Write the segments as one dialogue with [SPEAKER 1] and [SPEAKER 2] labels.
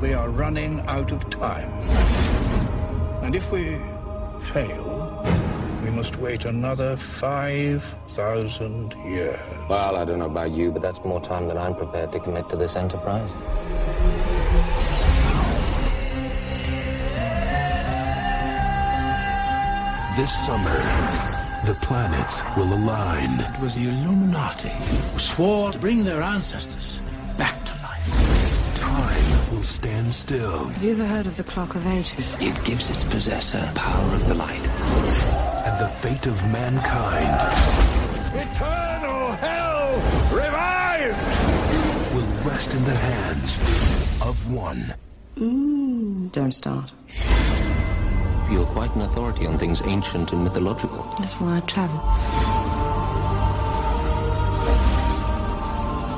[SPEAKER 1] We are running out of time. And if we fail, we must wait another 5,000 years.
[SPEAKER 2] Well, I don't know about you, but that's more time than I'm prepared to commit to this enterprise.
[SPEAKER 3] This summer, the planets will align. It was the Illuminati who swore to bring their ancestors back to life. Time will stand still,
[SPEAKER 4] Have you ever heard of the Clock of Ages?
[SPEAKER 2] It gives its possessor power of the light.
[SPEAKER 3] and the fate of mankind
[SPEAKER 1] Eternal hell revives!
[SPEAKER 3] will rest in the hands of one.
[SPEAKER 4] Don't start.
[SPEAKER 2] You're quite an authority on things ancient and mythological.
[SPEAKER 4] That's why I travel.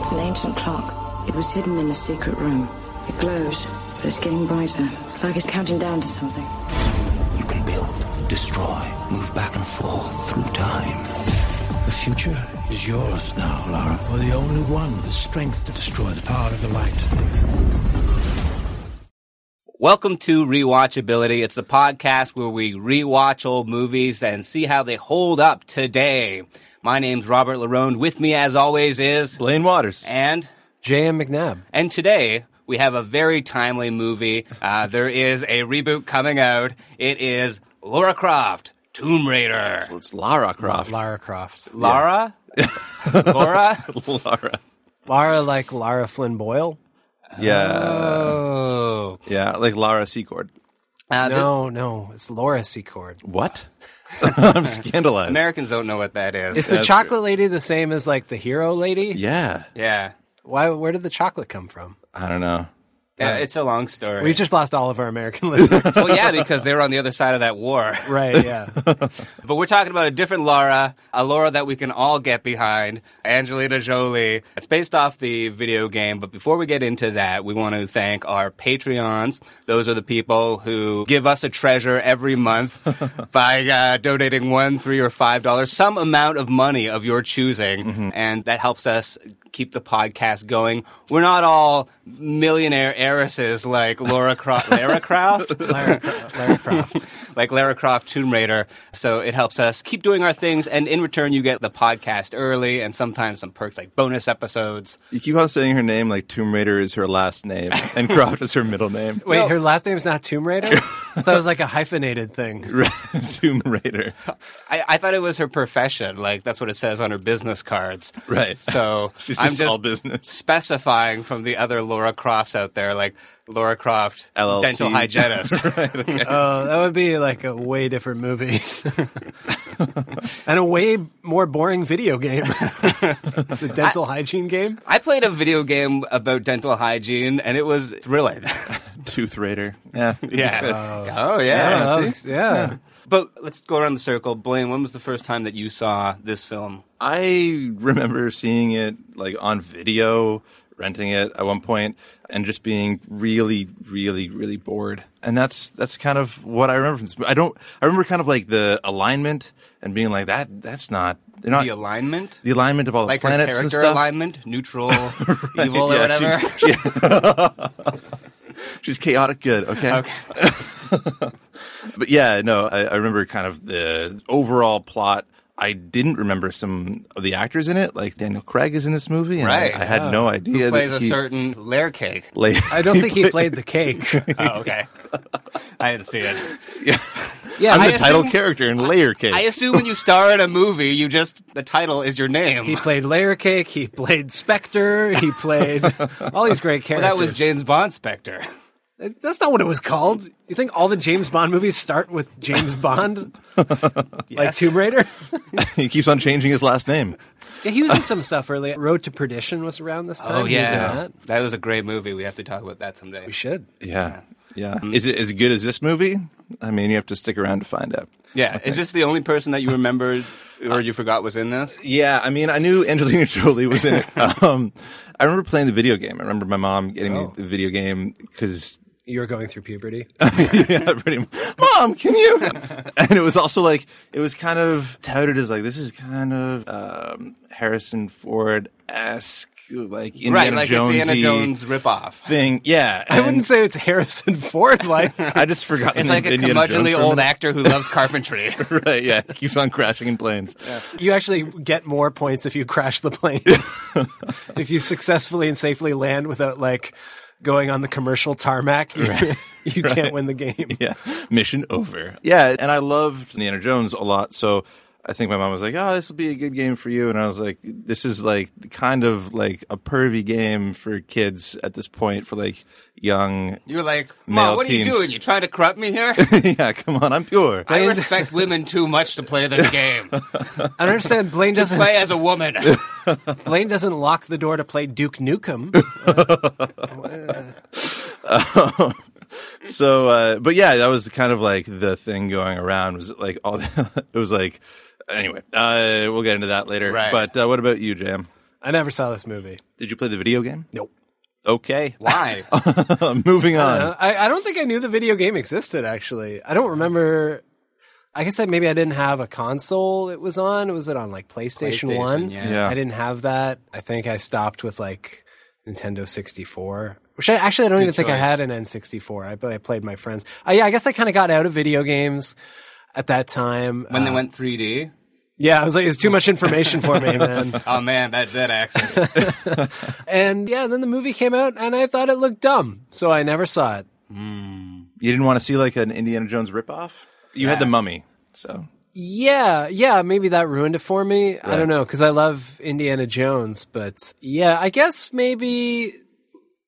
[SPEAKER 4] It's an ancient clock. It was hidden in a secret room. It glows, but it's getting brighter, like it's counting down to something.
[SPEAKER 2] You can build, destroy, move back and forth through time.
[SPEAKER 3] The future is yours now, Lara. You're the only one with the strength to destroy the power of the light.
[SPEAKER 5] Welcome to Rewatchability. It's the podcast where we rewatch old movies and see how they hold up today. My name's Robert Larone. With me, as always, is
[SPEAKER 6] Blaine Waters.
[SPEAKER 5] and
[SPEAKER 7] J.M. McNabb.
[SPEAKER 5] and today we have a very timely movie. Uh, there is a reboot coming out. It is Laura Croft, Tomb Raider.
[SPEAKER 6] So it's Lara Croft.
[SPEAKER 7] Lara Croft.
[SPEAKER 5] Lara, Laura,
[SPEAKER 6] Lara.
[SPEAKER 7] Lara like Lara Flynn Boyle?
[SPEAKER 6] Yeah.
[SPEAKER 5] oh,
[SPEAKER 6] Yeah, like Lara Secord.
[SPEAKER 5] uh, the-
[SPEAKER 7] No, no. It's Laura Secord.
[SPEAKER 6] What? I'm scandalized.
[SPEAKER 5] Americans don't know what that is.
[SPEAKER 7] Is the chocolate lady the same as like the hero lady?
[SPEAKER 6] yeah.
[SPEAKER 5] yeah,
[SPEAKER 7] Why where did the chocolate come from?
[SPEAKER 6] I don't know.
[SPEAKER 5] yeah, it's a long story.
[SPEAKER 7] We've just lost all of our American listeners.
[SPEAKER 5] well, yeah, because they were on the other side of that war.
[SPEAKER 7] right, yeah.
[SPEAKER 5] But we're talking about a different Laura, a Laura that we can all get behind, Angelina Jolie. It's based off the video game, but before we get into that, we want to thank our Patreons. Those are the people who give us a treasure every month by uh, donating one, three, or five dollars, some amount of money of your choosing, and that helps us keep the podcast going. We're not all millionaire heiresses like Laura Croft. Lara Croft?
[SPEAKER 7] Lara, Lara Croft.
[SPEAKER 5] like Lara Croft, Tomb Raider. So it helps us keep doing our things, and in return, you get the podcast early and sometimes some perks like bonus episodes.
[SPEAKER 6] You keep on saying her name like Tomb Raider is her last name and Croft is her middle name.
[SPEAKER 7] Wait, her last name's not Tomb Raider? that was like a hyphenated thing.
[SPEAKER 6] Tomb Raider.
[SPEAKER 5] I, I thought it was her profession, like that's what it says on her business cards.
[SPEAKER 6] Right.
[SPEAKER 5] So
[SPEAKER 6] She's
[SPEAKER 5] I'm
[SPEAKER 6] just
[SPEAKER 5] just
[SPEAKER 6] all business.
[SPEAKER 5] specifying from the other Laura Crofts out there, like Laura Croft,
[SPEAKER 6] LLC.
[SPEAKER 5] dental hygienist.
[SPEAKER 7] Oh, that would be like a way different movie. and a way more boring video game. the dental hygiene game?
[SPEAKER 5] I played a video game about dental hygiene, and it was thrilling.
[SPEAKER 6] Tooth Raider. Yeah.
[SPEAKER 5] yeah. oh
[SPEAKER 6] Yeah,
[SPEAKER 7] That
[SPEAKER 6] see?
[SPEAKER 7] was- yeah.
[SPEAKER 5] But let's go around the circle. Blaine, when was the first time that you saw this film?
[SPEAKER 6] I remember seeing it like on video, renting it at one point, and just being really, really, really bored. And that's that's kind of what I remember. From this. I don't. I remember kind of like the alignment and being like that. That's not. They're not
[SPEAKER 5] The alignment?
[SPEAKER 6] Uh, the alignment of all the
[SPEAKER 5] like
[SPEAKER 6] planets
[SPEAKER 5] her
[SPEAKER 6] and
[SPEAKER 5] character
[SPEAKER 6] stuff.
[SPEAKER 5] alignment, neutral, evil, or
[SPEAKER 6] yeah,
[SPEAKER 5] whatever.
[SPEAKER 6] she- She's chaotic good. Okay.
[SPEAKER 5] okay.
[SPEAKER 6] But yeah, no, I, I remember kind of the overall plot I didn't remember some of the actors in it, like Daniel Craig is in this movie, and
[SPEAKER 5] Right.
[SPEAKER 6] I, I had no idea
[SPEAKER 5] Who plays
[SPEAKER 6] that
[SPEAKER 5] a
[SPEAKER 6] he
[SPEAKER 5] certain layer cake?
[SPEAKER 6] like,
[SPEAKER 7] I don't think he played the cake.
[SPEAKER 5] Oh, okay. I didn't see it.
[SPEAKER 7] Yeah,
[SPEAKER 6] I'm
[SPEAKER 7] I
[SPEAKER 6] the title
[SPEAKER 5] assume-
[SPEAKER 6] character in Layer Cake.
[SPEAKER 5] I assume when you star in a movie, you just the title is your name.
[SPEAKER 7] He played Layer Cake. He played Spectre. He played all these great
[SPEAKER 5] Well,
[SPEAKER 7] characters.
[SPEAKER 5] that was James Bond Spectre.
[SPEAKER 7] That's not what it was called. You think all the James Bond movies start with James Bond, like Tomb Raider?
[SPEAKER 6] he keeps on changing his last name.
[SPEAKER 7] Yeah, he was in some stuff early. Road to Perdition was around this time.
[SPEAKER 5] Oh
[SPEAKER 7] He was in
[SPEAKER 5] yeah,
[SPEAKER 7] that.
[SPEAKER 5] that was a great movie. We have to talk about that someday.
[SPEAKER 7] we should.
[SPEAKER 6] Yeah, yeah.
[SPEAKER 5] Mm.
[SPEAKER 6] Is it as good as this movie? I mean, you have to stick around to find out.
[SPEAKER 5] Yeah, is this the only person that you remembered or you forgot was in this?
[SPEAKER 6] Yeah, I mean, I knew Angelina Jolie was in it. Um, I remember playing the video game. I remember my mom getting me
[SPEAKER 7] Oh.
[SPEAKER 6] the video game because
[SPEAKER 7] You were going through puberty.
[SPEAKER 6] yeah, pretty. mu- Mom, can you? And it was also like it was kind of touted as like this is kind of um, Harrison Ford esque, like Indiana
[SPEAKER 5] right, like
[SPEAKER 6] Jonesy
[SPEAKER 5] it's the Indiana Jones ripoff.
[SPEAKER 6] thing. Yeah,
[SPEAKER 7] I wouldn't
[SPEAKER 6] and
[SPEAKER 7] say it's Harrison Ford. Like
[SPEAKER 6] I just forgot.
[SPEAKER 5] It's
[SPEAKER 6] the
[SPEAKER 5] like a
[SPEAKER 6] Indiana Jones
[SPEAKER 5] curmudgeonly
[SPEAKER 6] for a
[SPEAKER 5] old
[SPEAKER 6] minute.
[SPEAKER 5] actor who loves carpentry.
[SPEAKER 6] Right, yeah, keeps on crashing in planes.
[SPEAKER 7] you actually get more points if you crash the plane, if you successfully and safely land without like going on the commercial tarmac. You, you can't win the game.
[SPEAKER 6] yeah. Mission over. Yeah. And I loved Indiana Jones a lot. So I think my mom was like, oh, this will be a good game for you. And I was like, this is like kind of like a pervy game for kids at this point, for like young.
[SPEAKER 5] You're like,
[SPEAKER 6] Male
[SPEAKER 5] Mom, what are
[SPEAKER 6] teens.
[SPEAKER 5] you doing? You trying to corrupt me here?
[SPEAKER 6] yeah, come on. I'm pure.
[SPEAKER 5] I respect women too much to play this game.
[SPEAKER 7] I don't understand. Blaine doesn't
[SPEAKER 5] Play as a woman.
[SPEAKER 7] Blaine doesn't lock the door to play Duke Nukem.
[SPEAKER 6] so, uh, but yeah, that was kind of like the thing going around was like all the, it was like, anyway, uh, we'll get into that later.
[SPEAKER 5] Right.
[SPEAKER 6] But uh, what about you, Jam?
[SPEAKER 7] I never saw this movie.
[SPEAKER 6] Did you play the video game?
[SPEAKER 7] Nope.
[SPEAKER 6] Okay.
[SPEAKER 5] Why?
[SPEAKER 6] Moving on.
[SPEAKER 7] I, I don't think I knew the video game existed, actually. I don't remember. I guess I, maybe I didn't have a console it was on. Was it on like PlayStation,
[SPEAKER 5] PlayStation,
[SPEAKER 7] 1?
[SPEAKER 5] yeah.
[SPEAKER 6] Yeah.
[SPEAKER 7] I didn't have that. I think I stopped with like Nintendo 64, which I actually I don't even think I
[SPEAKER 5] choice.
[SPEAKER 7] had an N64. I, but I played my friends. Uh, yeah, I guess I kind of got out of video games at that time.
[SPEAKER 5] When they
[SPEAKER 7] Uh,
[SPEAKER 5] went 3D?
[SPEAKER 7] yeah, I was like, it's too much information for me, man.
[SPEAKER 5] Oh man, that's that accent.
[SPEAKER 7] And yeah, then the movie came out and I thought it looked dumb. So I never saw it.
[SPEAKER 6] You didn't want to see like an Indiana Jones ripoff? You had the
[SPEAKER 7] Uh,
[SPEAKER 6] mummy. So
[SPEAKER 7] Yeah, yeah, maybe that ruined it for me. I don't know because I love Indiana Jones, but yeah, I guess maybe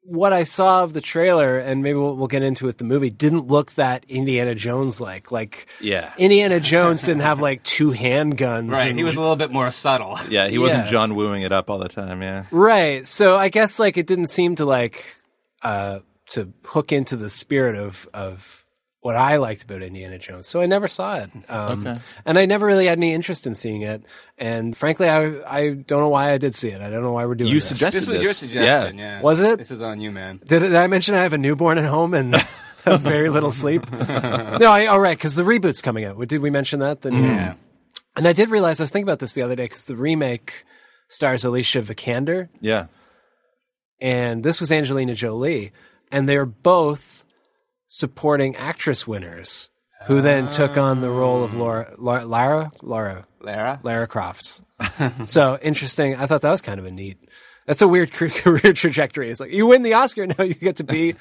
[SPEAKER 7] what I saw of the trailer and maybe we'll, we'll get into with the movie didn't look that Indiana Jones like. Like,
[SPEAKER 6] Yeah.
[SPEAKER 7] Indiana Jones didn't have like two handguns.
[SPEAKER 5] right,
[SPEAKER 7] and-
[SPEAKER 5] he was a little bit more subtle.
[SPEAKER 6] yeah, he wasn't
[SPEAKER 7] Yeah.
[SPEAKER 6] John wooing it up all the time. Yeah,
[SPEAKER 7] right. So I guess like it didn't seem to like uh to hook into the spirit of of what I liked about Indiana Jones. So I never saw it. Um, And I never really had any interest in seeing it. And frankly, I I don't know why I did see it. I don't know why we're doing
[SPEAKER 6] You
[SPEAKER 7] this.
[SPEAKER 6] suggested
[SPEAKER 5] This was your suggestion, yeah.
[SPEAKER 7] Was it?
[SPEAKER 5] This is on you, man.
[SPEAKER 7] Did, did I mention I have a newborn at home and have very little sleep? no, I, all right, because the reboot's coming out. Did we mention that? The new-
[SPEAKER 5] Yeah.
[SPEAKER 7] And I did realize I was thinking about this the other day because the remake stars Alicia Vikander
[SPEAKER 6] Yeah,
[SPEAKER 7] and this was Angelina Jolie, and they're both supporting actress winners who then took on the role of Laura, Lara, Lara, Lara,
[SPEAKER 5] Lara?
[SPEAKER 7] Lara Croft. so interesting. I thought that was kind of a neat. That's a weird ca- career trajectory. It's like you win the Oscar, now you get to be.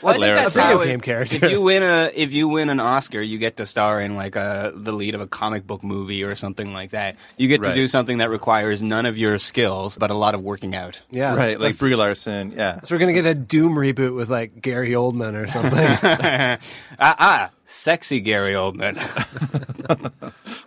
[SPEAKER 5] Well, I think
[SPEAKER 6] Lara
[SPEAKER 5] that's
[SPEAKER 7] Croft.
[SPEAKER 5] how
[SPEAKER 7] Video
[SPEAKER 5] it-
[SPEAKER 7] game character.
[SPEAKER 5] If you win a, if you win an Oscar, you get to star in like a the lead of a comic book movie or something like that. You get
[SPEAKER 6] Right.
[SPEAKER 5] to do something that requires none of your skills, but a lot of working out.
[SPEAKER 7] Yeah,
[SPEAKER 6] right, like
[SPEAKER 7] That's-
[SPEAKER 6] Brie Larson. Yeah,
[SPEAKER 7] so we're gonna get a Doom reboot with like Gary Oldman or something.
[SPEAKER 5] Ah, ah, sexy Gary Oldman.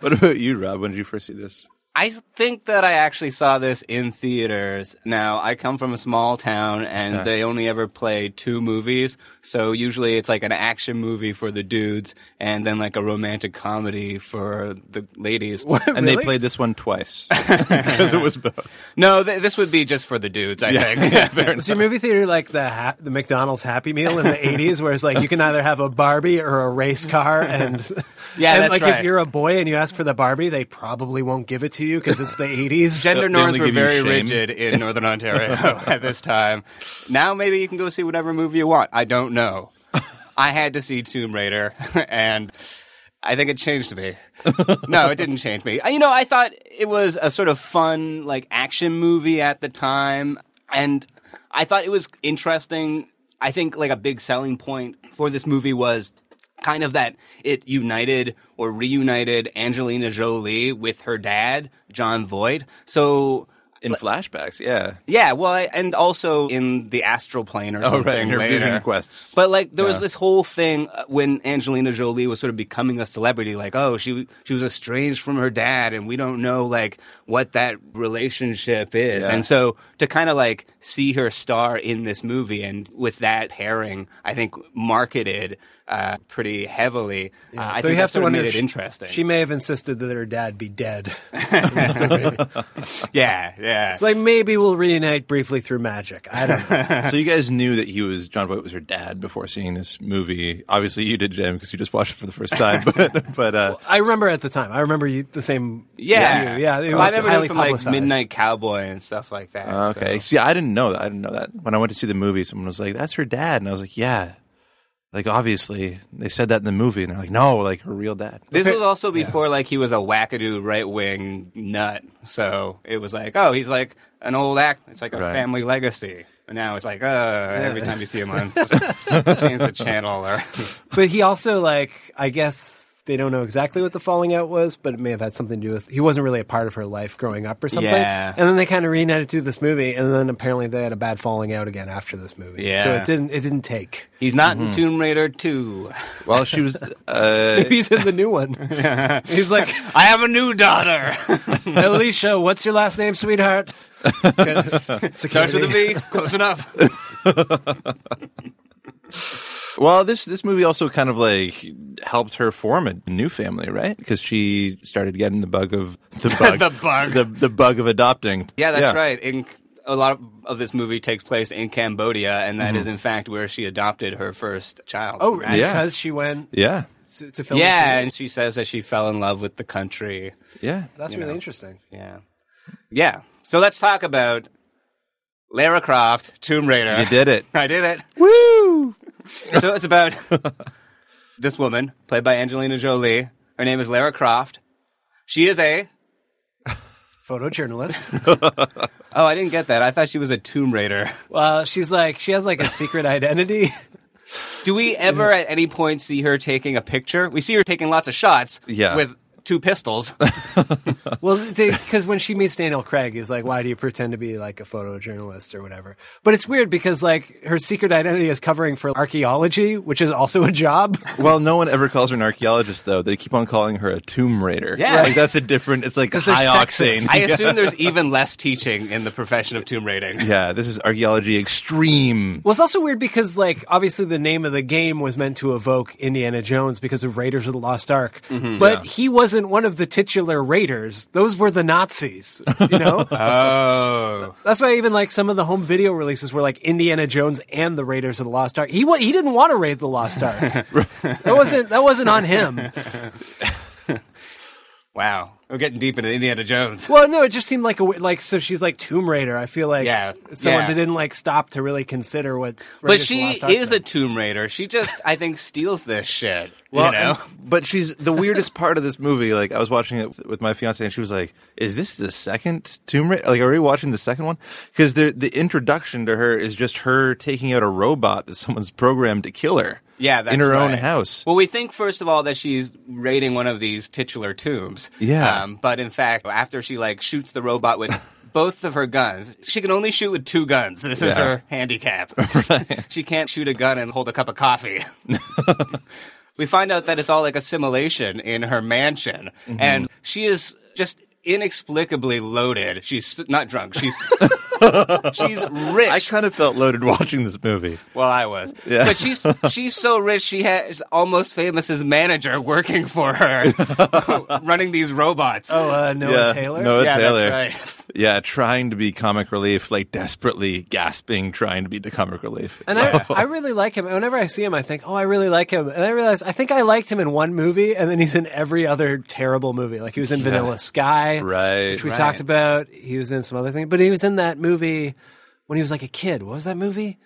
[SPEAKER 6] what about you, Rob? When did you first see this?
[SPEAKER 5] I think that I actually saw this in theaters. Now, I come from a small town and they only ever play two movies. So usually it's like an action movie for the dudes and then like a romantic comedy for the ladies.
[SPEAKER 6] And they
[SPEAKER 7] Really?
[SPEAKER 6] played this one twice because it was both.
[SPEAKER 5] No, th- this would be just for the dudes, I think.
[SPEAKER 7] Was your movie theater like the ha- the McDonald's Happy Meal in the '80s, where it's like you can either have a Barbie or a race car, and
[SPEAKER 5] Yeah,
[SPEAKER 7] and
[SPEAKER 5] that's
[SPEAKER 7] like if
[SPEAKER 5] right.
[SPEAKER 7] you're a boy and you ask for the Barbie, they probably won't give it to you because it's the '80s.
[SPEAKER 5] Gender
[SPEAKER 6] They
[SPEAKER 5] norms
[SPEAKER 6] only
[SPEAKER 5] were
[SPEAKER 6] give you
[SPEAKER 5] very
[SPEAKER 6] shame.
[SPEAKER 5] rigid in Northern Ontario at this time. Now maybe you can go see whatever movie you want. I don't know. I had to see Tomb Raider, and I think it changed me. no, it didn't change me. Uh, You know, I thought it was a sort of fun, like, action movie at the time. And I thought it was interesting. I think, like, a big selling point for this movie was kind of that it united or reunited Angelina Jolie with her dad, John Voight. So.
[SPEAKER 6] in flashbacks. Yeah,
[SPEAKER 5] Yeah, well, I- and also in the astral plane
[SPEAKER 7] Oh,
[SPEAKER 5] or something
[SPEAKER 6] in her
[SPEAKER 5] later.
[SPEAKER 6] vision quests.
[SPEAKER 5] But like, there was this whole thing uh, when Angelina Jolie was sort of becoming a celebrity. Like, oh, she she was estranged from her dad, and we don't know like what that relationship is.
[SPEAKER 6] Yeah.
[SPEAKER 5] And so to kind of like see her star in this movie, and with that pairing, I think marketed uh, pretty heavily. Uh, I
[SPEAKER 7] Though
[SPEAKER 5] think
[SPEAKER 7] you
[SPEAKER 5] that
[SPEAKER 7] have to
[SPEAKER 5] sort of
[SPEAKER 7] wonder
[SPEAKER 5] made
[SPEAKER 7] if
[SPEAKER 5] it
[SPEAKER 7] she-
[SPEAKER 5] interesting.
[SPEAKER 7] She may have insisted that her dad be dead.
[SPEAKER 5] yeah, yeah.
[SPEAKER 7] It's like maybe we'll reunite briefly through magic. I don't know.
[SPEAKER 6] so you guys knew that he was John Voight was her dad before seeing this movie. Obviously, you did, Jim, because you just watched it for the first time. But but uh,
[SPEAKER 7] I remember at the time. I remember you the same.
[SPEAKER 5] Yeah,
[SPEAKER 7] as you. yeah. It was
[SPEAKER 5] Well, I remember
[SPEAKER 7] highly
[SPEAKER 5] it from
[SPEAKER 7] publicized.
[SPEAKER 5] like Midnight Cowboy and stuff like that.
[SPEAKER 6] okay, see, I didn't know that. I didn't know that when I went to see the movie. Someone was like, "That's her dad," and I was like, "Yeah." Like obviously, they said that in the movie, and they're like, "No, like her real dad."
[SPEAKER 5] This was also before like he was a wackadoo right wing nut. So it was like, oh, he's like an old act. It's like a
[SPEAKER 6] Right.
[SPEAKER 5] family legacy. And now it's like, uh, every time you see him on, just change the channel or
[SPEAKER 7] But he also like I guess they don't know exactly what the falling out was, but it may have had something to do with he wasn't really a part of her life growing up or something.
[SPEAKER 5] Yeah.
[SPEAKER 7] And then they kind of reunited through this movie, and then apparently they had a bad falling out again after this movie.
[SPEAKER 5] Yeah.
[SPEAKER 7] So it didn't it didn't take.
[SPEAKER 5] he's not in Tomb Raider two.
[SPEAKER 6] Well, she was. Uh,
[SPEAKER 7] He's in the new one. He's like
[SPEAKER 5] I have a new daughter.
[SPEAKER 7] Alicia, what's your last name, sweetheart?
[SPEAKER 5] Starts with a
[SPEAKER 7] Security.
[SPEAKER 5] V. Close enough.
[SPEAKER 6] well, this this movie also kind of like helped her form a new family, right? Because she started getting the bug of the bug,
[SPEAKER 5] The bug.
[SPEAKER 6] the, the bug of adopting.
[SPEAKER 5] Yeah, that's right. In a lot of, of this movie takes place in Cambodia, and that is in fact where she adopted her first child.
[SPEAKER 7] Oh, right.
[SPEAKER 6] Yeah.
[SPEAKER 7] Because she went
[SPEAKER 6] Yeah,
[SPEAKER 7] to, to film.
[SPEAKER 5] Yeah, and she says that she fell in love with the country.
[SPEAKER 6] yeah.
[SPEAKER 7] That's really interesting.
[SPEAKER 5] Yeah. Yeah. So let's talk about Lara Croft, Tomb Raider.
[SPEAKER 6] You did it.
[SPEAKER 5] I did it. Woo! so it's about this woman, played by Angelina Jolie. Her name is Lara Croft. She is a.
[SPEAKER 7] Photojournalist.
[SPEAKER 5] Oh, I didn't get that. I thought she was a Tomb Raider.
[SPEAKER 7] well, she's like she has like a secret identity.
[SPEAKER 5] Do we ever at any point see her taking a picture? We see her taking lots of shots
[SPEAKER 6] Yeah.
[SPEAKER 5] with two pistols.
[SPEAKER 7] Well, because when she meets Daniel Craig, he's like, "Why do you pretend to be like a photojournalist or whatever?" But it's weird because like her secret identity is covering for archaeology, which is also a job.
[SPEAKER 6] Well, no one ever calls her an archaeologist, though. They keep on calling her a tomb raider.
[SPEAKER 5] Yeah.
[SPEAKER 6] like that's a different. It's like
[SPEAKER 7] 'Cause they're
[SPEAKER 6] high
[SPEAKER 7] sexist.
[SPEAKER 6] octane.
[SPEAKER 5] I assume there's even less teaching in the profession of tomb raiding.
[SPEAKER 6] yeah, this is archaeology extreme.
[SPEAKER 7] Well, it's also weird because like obviously the name of the game was meant to evoke Indiana Jones because of Raiders of the Lost Ark,
[SPEAKER 5] Mm-hmm.
[SPEAKER 7] but he wasn't one of the titular raiders. Those were the Nazis, you know.
[SPEAKER 5] Oh.
[SPEAKER 7] That's why even like some of the home video releases were like Indiana Jones and the Raiders of the Lost Ark. He wa- he didn't want to raid the Lost Ark. that wasn't that wasn't on him.
[SPEAKER 5] Wow. We're getting deep into Indiana Jones.
[SPEAKER 7] Well, no, it just seemed like a w- like so she's like Tomb Raider. I feel like
[SPEAKER 5] Yeah,
[SPEAKER 7] it's someone
[SPEAKER 5] yeah.
[SPEAKER 7] that didn't like stop to really consider what.
[SPEAKER 5] But she is a Tomb Raider. She just, I think, steals this shit. you know?
[SPEAKER 6] and- but she's the weirdest part of this movie. Like, I was watching it with my fiance, and she was like, "Is this the second Tomb Raider? Like, are we watching the second one? Because the the introduction to her is just her taking out a robot that someone's programmed to kill her.
[SPEAKER 5] yeah, that's
[SPEAKER 6] in her own
[SPEAKER 5] right.
[SPEAKER 6] house.
[SPEAKER 5] Well, we think first of all that she's raiding one of these titular tombs. Um,
[SPEAKER 6] Yeah.
[SPEAKER 5] but in fact, after she like shoots the robot with both of her guns, she can only shoot with two guns. This is
[SPEAKER 6] Yeah.
[SPEAKER 5] her handicap. she can't shoot a gun and hold a cup of coffee. we find out that it's all like assimilation in her mansion,
[SPEAKER 6] Mm-hmm.
[SPEAKER 5] and she is just inexplicably loaded. She's not drunk. She's she's rich.
[SPEAKER 6] I kind of felt loaded watching this movie.
[SPEAKER 5] Well, I was,
[SPEAKER 6] Yeah.
[SPEAKER 5] but she's she's so rich. She has almost famous's manager working for her, running these robots.
[SPEAKER 7] oh uh, Noah
[SPEAKER 6] yeah,
[SPEAKER 7] Taylor.
[SPEAKER 6] Noah
[SPEAKER 5] yeah,
[SPEAKER 6] Taylor.
[SPEAKER 5] that's right.
[SPEAKER 6] Yeah, trying to be comic relief, like desperately gasping, trying to be the comic relief.
[SPEAKER 7] And I, I really like him. Whenever I see him, I think, oh, I really like him. And I realize I think I liked him in one movie, and then he's in every other terrible movie. Like he was in Vanilla Sky,
[SPEAKER 6] Right,
[SPEAKER 7] Which we
[SPEAKER 6] right.
[SPEAKER 7] talked about. He was in some other thing, but he was in that movie when he was like a kid. What was that movie?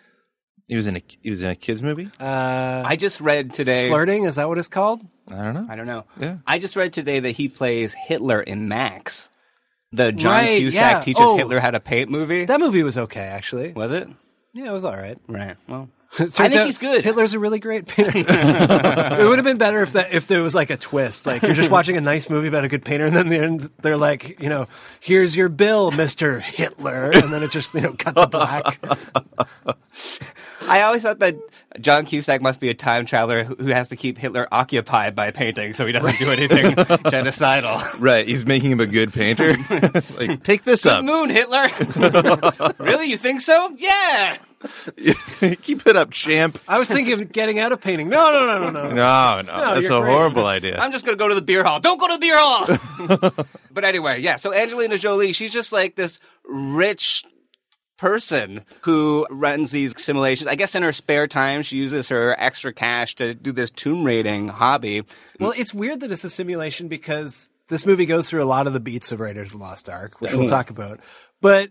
[SPEAKER 6] He was in a he was in a kids movie.
[SPEAKER 7] Uh,
[SPEAKER 5] I just read today.
[SPEAKER 7] Flirting is that what it's called?
[SPEAKER 6] I don't know.
[SPEAKER 5] I don't know.
[SPEAKER 6] Yeah.
[SPEAKER 5] I just read today that he plays Hitler in Max, the John
[SPEAKER 7] Right,
[SPEAKER 5] Cusack
[SPEAKER 7] yeah.
[SPEAKER 5] teaches
[SPEAKER 7] Oh.
[SPEAKER 5] Hitler how to paint movie.
[SPEAKER 7] That movie was okay, actually.
[SPEAKER 5] was it?
[SPEAKER 7] Yeah, it was all right.
[SPEAKER 5] Right. Well,
[SPEAKER 7] Turns
[SPEAKER 5] I think
[SPEAKER 7] out
[SPEAKER 5] he's good.
[SPEAKER 7] Hitler's a really great painter. it would have been better if that if there was like a twist, like you're just watching a nice movie about a good painter, and then they're, they're like, you know, here's your bill, Mister Hitler, and then it just you know cut to black.
[SPEAKER 5] I always thought that John Cusack must be a time traveler who who has to keep Hitler occupied by painting so he doesn't do anything genocidal.
[SPEAKER 6] Right, he's making him a good painter. like, take this up.
[SPEAKER 5] Moon Hitler. really? You think so? Yeah.
[SPEAKER 6] Keep it up, champ.
[SPEAKER 7] I was thinking of getting out of painting. No, no, no, no, no.
[SPEAKER 6] No, no, that's
[SPEAKER 7] you're
[SPEAKER 6] a
[SPEAKER 7] great.
[SPEAKER 6] horrible idea.
[SPEAKER 5] I'm just going to go to the beer hall. Don't go to the beer hall. but anyway, yeah. So Angelina Jolie, she's just like this rich person who runs these simulations. I guess in her spare time, she uses her extra cash to do this tomb raiding hobby.
[SPEAKER 7] Well, it's weird that it's a simulation because this movie goes through a lot of the beats of Raiders of the Lost Ark, which we'll talk about. But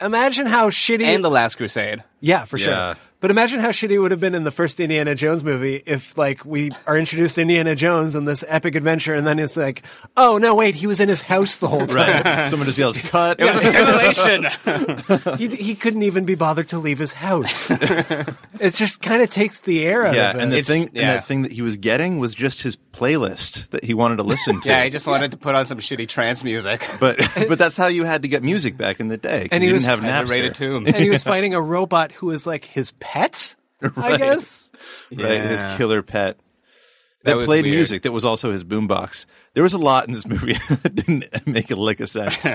[SPEAKER 7] imagine how shitty
[SPEAKER 5] And The Last Crusade.
[SPEAKER 7] Yeah, for
[SPEAKER 6] Yeah.
[SPEAKER 7] sure. But imagine how shitty it would have been in the first Indiana Jones movie if, like, we are introduced to Indiana Jones and this epic adventure, and then it's like, oh no, wait, he was in his house the whole time.
[SPEAKER 6] Right. Someone just yells, cut.
[SPEAKER 5] It was a simulation.
[SPEAKER 7] he, he couldn't even be bothered to leave his house. it just kind of takes the air out
[SPEAKER 6] yeah,
[SPEAKER 7] of it.
[SPEAKER 6] and the thing, and
[SPEAKER 5] yeah.
[SPEAKER 6] that thing that he was getting was just his playlist that he wanted to listen to.
[SPEAKER 5] yeah, I just wanted to put on some shitty trance music.
[SPEAKER 6] but but that's how you had to get music back in the day. 'cause
[SPEAKER 7] And he
[SPEAKER 6] you
[SPEAKER 7] was
[SPEAKER 6] didn't have
[SPEAKER 5] As
[SPEAKER 6] Napster.
[SPEAKER 5] a rated tomb.
[SPEAKER 7] and he was fighting a robot who was like his pet, I guess.
[SPEAKER 6] right?
[SPEAKER 5] Yeah.
[SPEAKER 6] His killer pet
[SPEAKER 5] That
[SPEAKER 6] that,
[SPEAKER 5] was
[SPEAKER 6] played
[SPEAKER 5] weird.
[SPEAKER 6] music that was also his boombox. There was a lot in this movie that didn't make a lick of sense.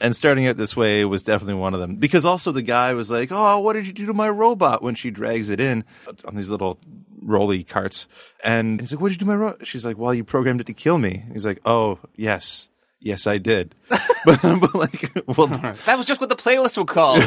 [SPEAKER 6] and starting out this way was definitely one of them. Because also the guy was like, "Oh, what did you do to my robot?" When she drags it in on these little rolly carts, and he's like, "What did you do to my robot?" She's like, "Well, you programmed it to kill me." He's like, "Oh, yes." Yes, I did. but, but like, well,
[SPEAKER 5] That was just what the playlist was called.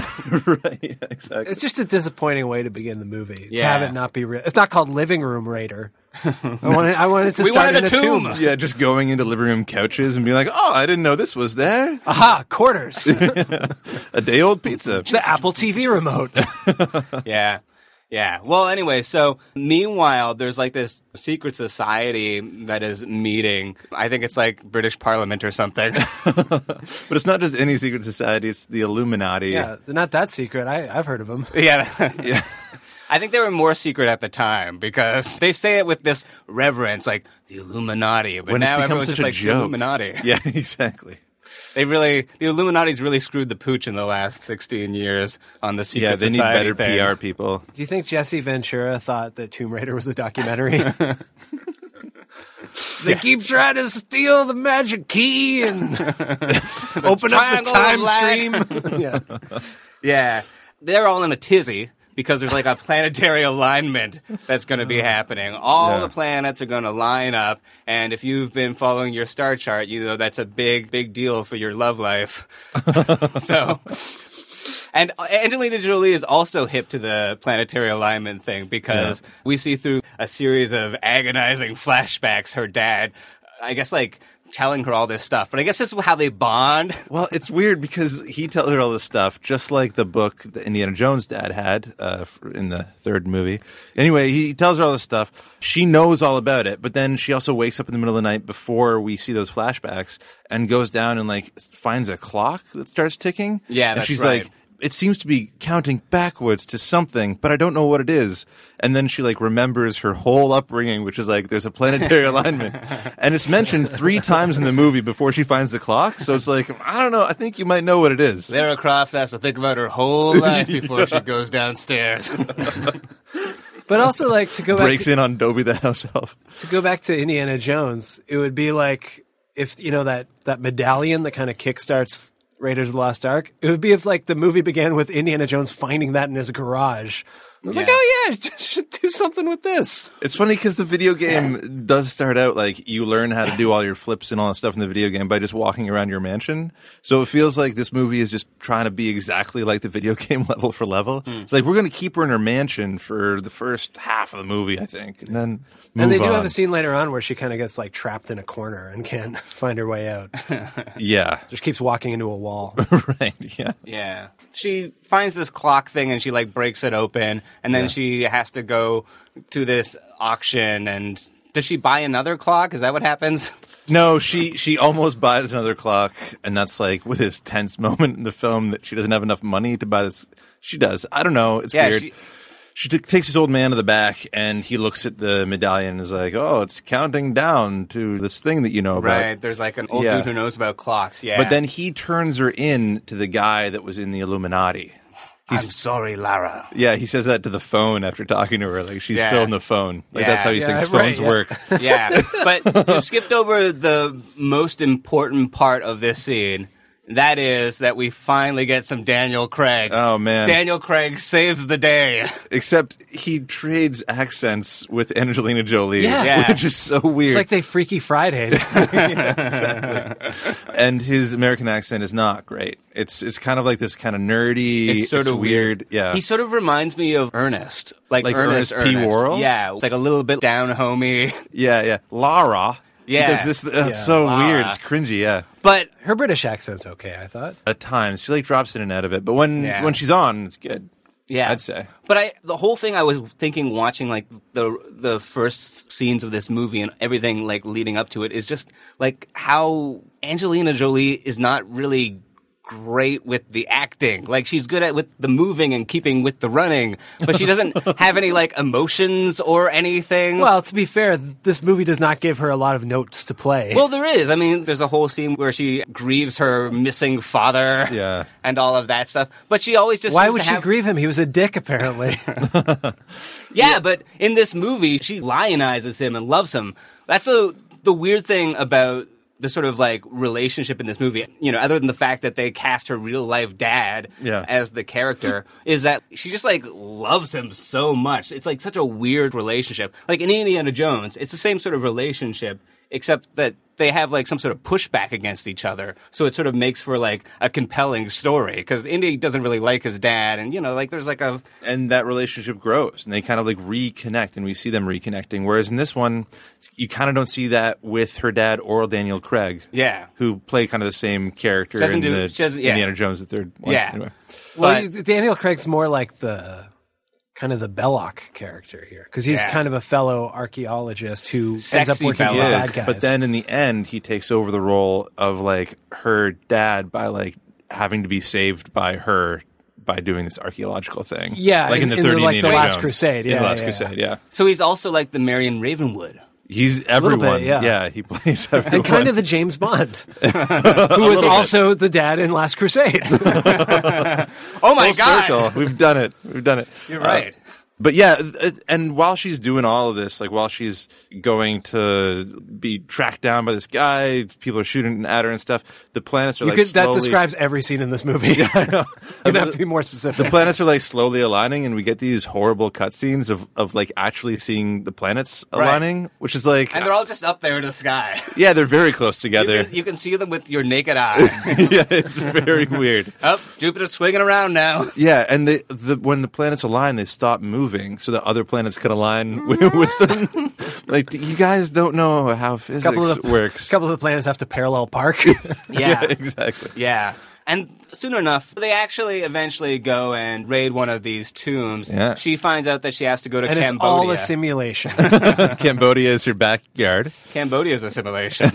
[SPEAKER 6] right, yeah, exactly.
[SPEAKER 7] It's just a disappointing way to begin the movie. To
[SPEAKER 5] Yeah.
[SPEAKER 7] have it not be real. It's not called Living Room Raider. I wanted, I wanted to
[SPEAKER 5] We
[SPEAKER 7] start
[SPEAKER 5] wanted
[SPEAKER 7] in
[SPEAKER 5] a tomb.
[SPEAKER 6] Yeah, just going into living room couches and being like, "Oh, I didn't know this was there."
[SPEAKER 7] Aha, quarters.
[SPEAKER 6] A day old pizza.
[SPEAKER 7] the Apple TV remote.
[SPEAKER 5] yeah. Yeah. Well, anyway, so meanwhile, there's like this secret society that is meeting. I think it's like British Parliament or something.
[SPEAKER 6] But it's not just any secret society; it's the Illuminati.
[SPEAKER 7] yeah, they're not that secret. I, I've heard of them.
[SPEAKER 5] yeah. I think they were more secret at the time because they say it with this reverence, like the Illuminati. But
[SPEAKER 6] When it's
[SPEAKER 5] now
[SPEAKER 6] become
[SPEAKER 5] everyone's
[SPEAKER 6] such
[SPEAKER 5] just
[SPEAKER 6] a
[SPEAKER 5] like
[SPEAKER 6] joke.
[SPEAKER 5] the Illuminati.
[SPEAKER 6] Yeah, exactly.
[SPEAKER 5] They really, the Illuminati's really screwed the pooch in the last 16 years on the secret
[SPEAKER 6] yeah, they need
[SPEAKER 5] society
[SPEAKER 6] better
[SPEAKER 5] thing.
[SPEAKER 6] PR people.
[SPEAKER 7] Do you think Jesse Ventura thought that Tomb Raider was a documentary? they keep trying to steal the magic key and open up the
[SPEAKER 5] triangle of
[SPEAKER 7] time
[SPEAKER 5] light.
[SPEAKER 7] stream. yeah.
[SPEAKER 5] Yeah. They're all in a tizzy because there's like a planetary alignment that's going to be happening. All
[SPEAKER 6] Yeah.
[SPEAKER 5] the planets are going to line up. And if you've been following your star chart, you know that's a big, big deal for your love life. so. And Angelina Jolie is also hip to the planetary alignment thing because we see through a series of agonizing flashbacks her dad, I guess, like telling her all this stuff. But I guess this is how they bond.
[SPEAKER 6] Well, it's weird because he tells her all this stuff, just like the book that Indiana Jones' dad had uh, f- in the third movie. Anyway, he tells her all this stuff. She knows all about it, but then she also wakes up in the middle of the night before we see those flashbacks and goes down and like finds a clock that starts ticking.
[SPEAKER 5] Yeah,
[SPEAKER 6] and
[SPEAKER 5] that's
[SPEAKER 6] she's
[SPEAKER 5] right.
[SPEAKER 6] like. It seems to be counting backwards to something, but I don't know what it is. And then she like remembers her whole upbringing, which is like there's a planetary alignment, and it's mentioned three times in the movie before she finds the clock. So it's like I don't know. I think you might know what it is.
[SPEAKER 5] Lara Croft has to think about her whole life before she goes downstairs.
[SPEAKER 7] But also, like, to go back
[SPEAKER 6] Breaks
[SPEAKER 7] to,
[SPEAKER 6] in on Dobie the house elf.
[SPEAKER 7] to go back to Indiana Jones, it would be like if you know that that medallion that kind of kickstarts Raiders of the Lost Ark. It would be if like the movie began with Indiana Jones finding that in his garage. I was like,
[SPEAKER 5] Yeah.
[SPEAKER 7] oh yeah, should do something with this.
[SPEAKER 6] It's funny because the video game does start out like you learn how to do all your flips and all that stuff in the video game by just walking around your mansion. So it feels like this movie is just trying to be exactly like the video game level for level.
[SPEAKER 7] Hmm.
[SPEAKER 6] It's like we're going to keep her in her mansion for the first half of the movie, I think, and then move
[SPEAKER 7] and they do have
[SPEAKER 6] on.
[SPEAKER 7] a scene later on where she kind of gets like trapped in a corner and can't find her way out.
[SPEAKER 6] Yeah,
[SPEAKER 7] Just keeps walking into a wall.
[SPEAKER 6] right. Yeah,
[SPEAKER 5] yeah. She finds this clock thing and she like breaks it open and then she has to go to this auction and does she buy another clock? Is that what happens?
[SPEAKER 6] No, she she almost buys another clock, and that's like with this tense moment in the film that she doesn't have enough money to buy this. She does. I don't know. It's
[SPEAKER 5] Yeah,
[SPEAKER 6] weird.
[SPEAKER 5] she-
[SPEAKER 6] She, t- takes this old man to the back, and he looks at the medallion and is like, "Oh, it's counting down to this thing that you know about."
[SPEAKER 5] Right. There's like an old
[SPEAKER 6] Yeah.
[SPEAKER 5] dude who knows about clocks. Yeah.
[SPEAKER 6] But then he turns her in to the guy that was in the Illuminati.
[SPEAKER 5] I'm sorry, Lara.
[SPEAKER 6] Yeah, he says that to the phone after talking to her. Like she's
[SPEAKER 5] Yeah.
[SPEAKER 6] still in the phone. Like that's
[SPEAKER 5] Yeah.
[SPEAKER 6] how he
[SPEAKER 5] Yeah,
[SPEAKER 6] thinks
[SPEAKER 7] right,
[SPEAKER 6] phones
[SPEAKER 7] yeah.
[SPEAKER 6] work.
[SPEAKER 5] Yeah. but you skipped over the most important part of this scene. That is that we finally get some Daniel Craig.
[SPEAKER 6] Oh, man.
[SPEAKER 5] Daniel Craig saves the day.
[SPEAKER 6] Except he trades accents with Angelina Jolie,
[SPEAKER 7] Yeah.
[SPEAKER 5] Yeah.
[SPEAKER 6] which is so weird.
[SPEAKER 7] It's like they Freaky Friday.
[SPEAKER 6] and his American accent is not great. It's it's kind of like this kind of nerdy.
[SPEAKER 5] It's sort of
[SPEAKER 6] weird. Yeah,
[SPEAKER 5] He sort of reminds me of Ernest, like,
[SPEAKER 6] Like
[SPEAKER 5] Ernest,
[SPEAKER 6] Ernest P. Worrell?
[SPEAKER 5] Yeah, like a little bit down homey.
[SPEAKER 6] yeah, yeah. Lara.
[SPEAKER 5] Yeah.
[SPEAKER 6] because this that's
[SPEAKER 7] Yeah,
[SPEAKER 6] so
[SPEAKER 5] Lara.
[SPEAKER 6] weird. It's cringy. Yeah,
[SPEAKER 5] But
[SPEAKER 7] Her British accent's okay, I thought.
[SPEAKER 6] at times she like drops in and out of it, but when
[SPEAKER 5] Yeah.
[SPEAKER 6] when she's on, it's good.
[SPEAKER 5] yeah,
[SPEAKER 6] I'd say.
[SPEAKER 5] But I, the whole thing I was thinking, watching like the the first scenes of this movie and everything like leading up to it is just like how Angelina Jolie is not really great with the acting. Like she's good at with the moving and keeping with the running, but she doesn't have any like emotions or anything.
[SPEAKER 7] Well, to be fair, th- this movie does not give her a lot of notes to play.
[SPEAKER 5] Well, there is. I mean, there's a whole scene where she grieves her missing father,
[SPEAKER 6] Yeah.
[SPEAKER 5] and all of that stuff. But she always just
[SPEAKER 7] why
[SPEAKER 5] seems
[SPEAKER 7] would
[SPEAKER 5] to
[SPEAKER 7] she
[SPEAKER 5] have-
[SPEAKER 7] grieve him? He was a dick, apparently.
[SPEAKER 5] Yeah, but in this movie, she lionizes him and loves him. That's a, the weird thing about the sort of like relationship in this movie. You know, other than the fact that they cast her real life dad
[SPEAKER 6] Yeah.
[SPEAKER 5] as the character, is that she just like loves him so much. It's like such a weird relationship. Like in Indiana Jones, it's the same sort of relationship, except that they have like some sort of pushback against each other. So it sort of makes for like a compelling story because Indy doesn't really like his dad, and you know, like there's like a
[SPEAKER 6] and that relationship grows and they kind of like reconnect and we see them reconnecting whereas in this one you kind of don't see that with her dad or daniel craig
[SPEAKER 5] Yeah.
[SPEAKER 6] who play kind of the same character
[SPEAKER 5] Doesn't
[SPEAKER 6] in
[SPEAKER 5] do-
[SPEAKER 6] the
[SPEAKER 5] doesn't- yeah.
[SPEAKER 6] indiana jones the third one
[SPEAKER 5] Yeah.
[SPEAKER 6] anyway.
[SPEAKER 7] well,
[SPEAKER 5] But-
[SPEAKER 7] you- Daniel Craig's more like the kind of the Belloc character here because he's
[SPEAKER 5] Yeah.
[SPEAKER 7] kind of a fellow archaeologist who ends up
[SPEAKER 5] Sexy
[SPEAKER 7] working for the
[SPEAKER 5] Belloc.
[SPEAKER 7] bad
[SPEAKER 6] Yes,
[SPEAKER 7] guys.
[SPEAKER 6] but then in the end he takes over the role of like her dad by like having to be saved by her by doing this archaeological thing
[SPEAKER 7] Yeah,
[SPEAKER 6] like in,
[SPEAKER 7] in-
[SPEAKER 6] the
[SPEAKER 7] in the,
[SPEAKER 6] third
[SPEAKER 7] like, the
[SPEAKER 6] indiana
[SPEAKER 7] Last
[SPEAKER 6] Jones.
[SPEAKER 7] Crusade.
[SPEAKER 6] In
[SPEAKER 7] Yeah,
[SPEAKER 6] the last
[SPEAKER 7] yeah,
[SPEAKER 6] crusade yeah
[SPEAKER 5] So he's also like the Marion Ravenwood.
[SPEAKER 6] he's
[SPEAKER 7] little bit,
[SPEAKER 6] everyone
[SPEAKER 7] yeah.
[SPEAKER 6] he plays everyone
[SPEAKER 7] and kind of the James Bond, who was also the dad in Last Crusade.
[SPEAKER 5] Oh my
[SPEAKER 6] Full circle. We've done it. We've done it. Uh,
[SPEAKER 5] You're right.
[SPEAKER 6] but yeah, th- uh, and while she's doing all of this, like while she's going to be tracked down by this guy, people are shooting at her and stuff. The planets are
[SPEAKER 7] You
[SPEAKER 6] like
[SPEAKER 7] could, that
[SPEAKER 6] slowly-
[SPEAKER 7] describes every scene in this movie. You'd have to be more
[SPEAKER 6] the
[SPEAKER 7] specific.
[SPEAKER 6] planets are like slowly aligning, and we get these horrible cutscenes of of like actually seeing the planets aligning, which is like
[SPEAKER 5] And they're all just up there in the sky.
[SPEAKER 6] yeah, they're very close
[SPEAKER 5] You
[SPEAKER 6] together.
[SPEAKER 5] can, you can see them with your naked eye.
[SPEAKER 6] yeah, it's very weird.
[SPEAKER 5] Up, Jupiter's swinging around now.
[SPEAKER 6] Yeah, and they, the when the planets align, they stop moving so that other planets can align with, with them. like you guys don't know how physics works.
[SPEAKER 7] A couple of the planets have to parallel park.
[SPEAKER 5] Yeah.
[SPEAKER 6] exactly.
[SPEAKER 5] Yeah. And sooner enough, they actually eventually go and raid one of these tombs.
[SPEAKER 6] Yeah.
[SPEAKER 5] She finds out that she has to go to
[SPEAKER 7] and it's all
[SPEAKER 5] Cambodia.
[SPEAKER 7] a simulation.
[SPEAKER 6] Cambodia is your backyard.
[SPEAKER 5] Cambodia's assimilation.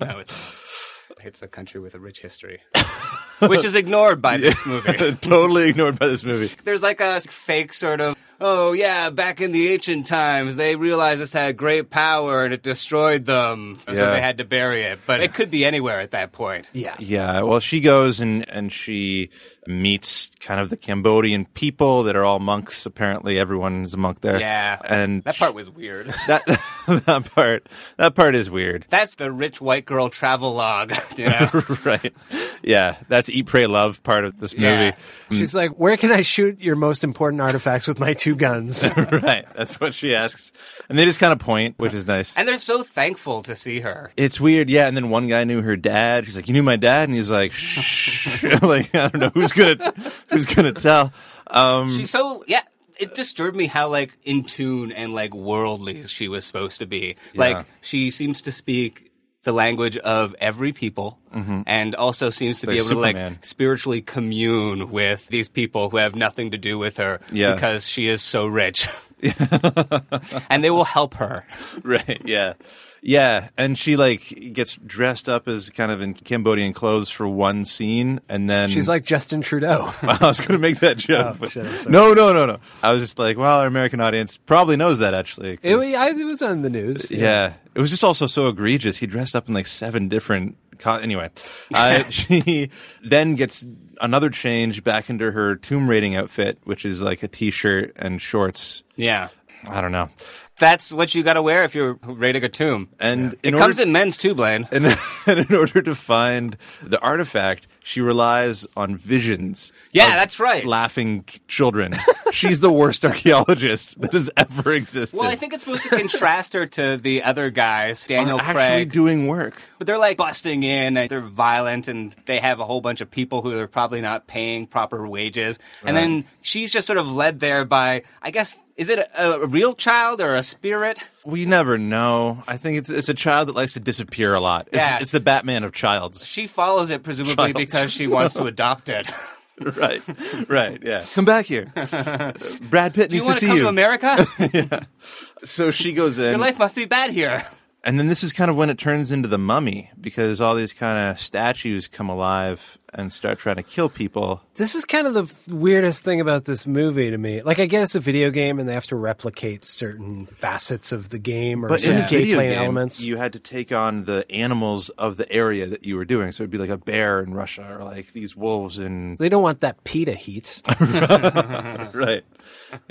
[SPEAKER 5] no, it's, it's a country with a rich history, which is ignored by this movie.
[SPEAKER 6] totally ignored by this movie.
[SPEAKER 5] there's like a fake sort of oh yeah back in the ancient times they realized this had great power and it destroyed them so
[SPEAKER 6] Yeah.
[SPEAKER 5] they had to bury it but it could be anywhere at that point
[SPEAKER 7] yeah.
[SPEAKER 6] Yeah, well, she goes and and she meets kind of the Cambodian people that are all monks. Apparently, everyone is a monk there.
[SPEAKER 5] yeah
[SPEAKER 6] and
[SPEAKER 5] that part was weird
[SPEAKER 6] that that part that part is weird.
[SPEAKER 5] that's the rich white girl travel log you know
[SPEAKER 6] right. Yeah, that's eat, pray, love part of this movie.
[SPEAKER 5] Yeah.
[SPEAKER 6] Mm.
[SPEAKER 7] She's like, where can I shoot your most important artifacts with my two guns?
[SPEAKER 6] right. That's what she asks. And they just kind of point, which is nice.
[SPEAKER 5] and they're so thankful to see her
[SPEAKER 6] it's weird, yeah. And then one guy knew her dad. She's like, "You knew my dad," and he's like, "Shh." like I don't know who's gonna who's gonna tell. Um,
[SPEAKER 5] she's so yeah it disturbed me how like in tune and like worldly she was supposed to be like she seems to speak the language of every people and also seems to be
[SPEAKER 6] like
[SPEAKER 5] able to
[SPEAKER 6] Mm-hmm. Superman.
[SPEAKER 5] like spiritually commune with these people who have nothing to do with her
[SPEAKER 6] Yeah.
[SPEAKER 5] because she is so rich. and they will help her.
[SPEAKER 6] right yeah yeah and she like gets dressed up as kind of in cambodian clothes for one scene and then
[SPEAKER 7] She's like Justin Trudeau.
[SPEAKER 6] I was going to make that joke.
[SPEAKER 7] Oh,
[SPEAKER 6] but-
[SPEAKER 7] shit, I'm sorry.
[SPEAKER 6] no, no, no, no. I was just like, well, our American audience probably knows that actually. 'cause-
[SPEAKER 7] it, was- I- it was on the news.
[SPEAKER 6] yeah. It was just also so egregious. He dressed up in like seven different. Co- anyway, uh, she then gets another change back into her tomb raiding outfit, which is like a t shirt and shorts.
[SPEAKER 5] Yeah.
[SPEAKER 6] I don't know.
[SPEAKER 5] That's what you got to wear if you're raiding a tomb.
[SPEAKER 6] And
[SPEAKER 5] it
[SPEAKER 6] in
[SPEAKER 5] comes
[SPEAKER 6] order-
[SPEAKER 5] in men's too, Blaine.
[SPEAKER 6] And, and in order to find the artifact, she relies on visions.
[SPEAKER 5] Yeah,
[SPEAKER 6] of
[SPEAKER 5] that's right.
[SPEAKER 6] Laughing children. She's the worst archaeologist that has ever existed.
[SPEAKER 5] Well, I think it's supposed to contrast her to the other guys,
[SPEAKER 6] Are
[SPEAKER 5] Daniel
[SPEAKER 6] actually
[SPEAKER 5] Craig.
[SPEAKER 6] doing work.
[SPEAKER 5] but they're like busting in, and they're violent, and they have a whole bunch of people who are probably not paying proper wages. And then she's just sort of led there by, I guess, is it a, a real child or a spirit?
[SPEAKER 6] We never know. I think it's it's a child that likes to disappear a lot. It's,
[SPEAKER 5] Yeah.
[SPEAKER 6] it's the Batman of childs.
[SPEAKER 5] She follows it presumably
[SPEAKER 6] Childs.
[SPEAKER 5] because she wants to adopt it.
[SPEAKER 6] right, right, yeah. Come back here. Brad Pitt
[SPEAKER 5] Do you
[SPEAKER 6] needs to
[SPEAKER 5] want to
[SPEAKER 6] see
[SPEAKER 5] come
[SPEAKER 6] you.
[SPEAKER 5] to America?
[SPEAKER 6] so she goes in.
[SPEAKER 5] Your life must be bad here.
[SPEAKER 6] And then this is kind of when it turns into the mummy because all these kind of statues come alive and start trying to kill people.
[SPEAKER 7] This is kind of the f- weirdest thing about this movie to me. Like, I get it's a video game and they have to replicate certain facets of the game or
[SPEAKER 6] But
[SPEAKER 7] certain
[SPEAKER 6] in the video
[SPEAKER 7] gameplay
[SPEAKER 6] game,
[SPEAKER 7] elements.
[SPEAKER 6] you had to take on the animals of the area that you were doing. So it'd be like a bear in Russia or like these wolves in
[SPEAKER 7] they don't want that PETA heat.
[SPEAKER 6] right.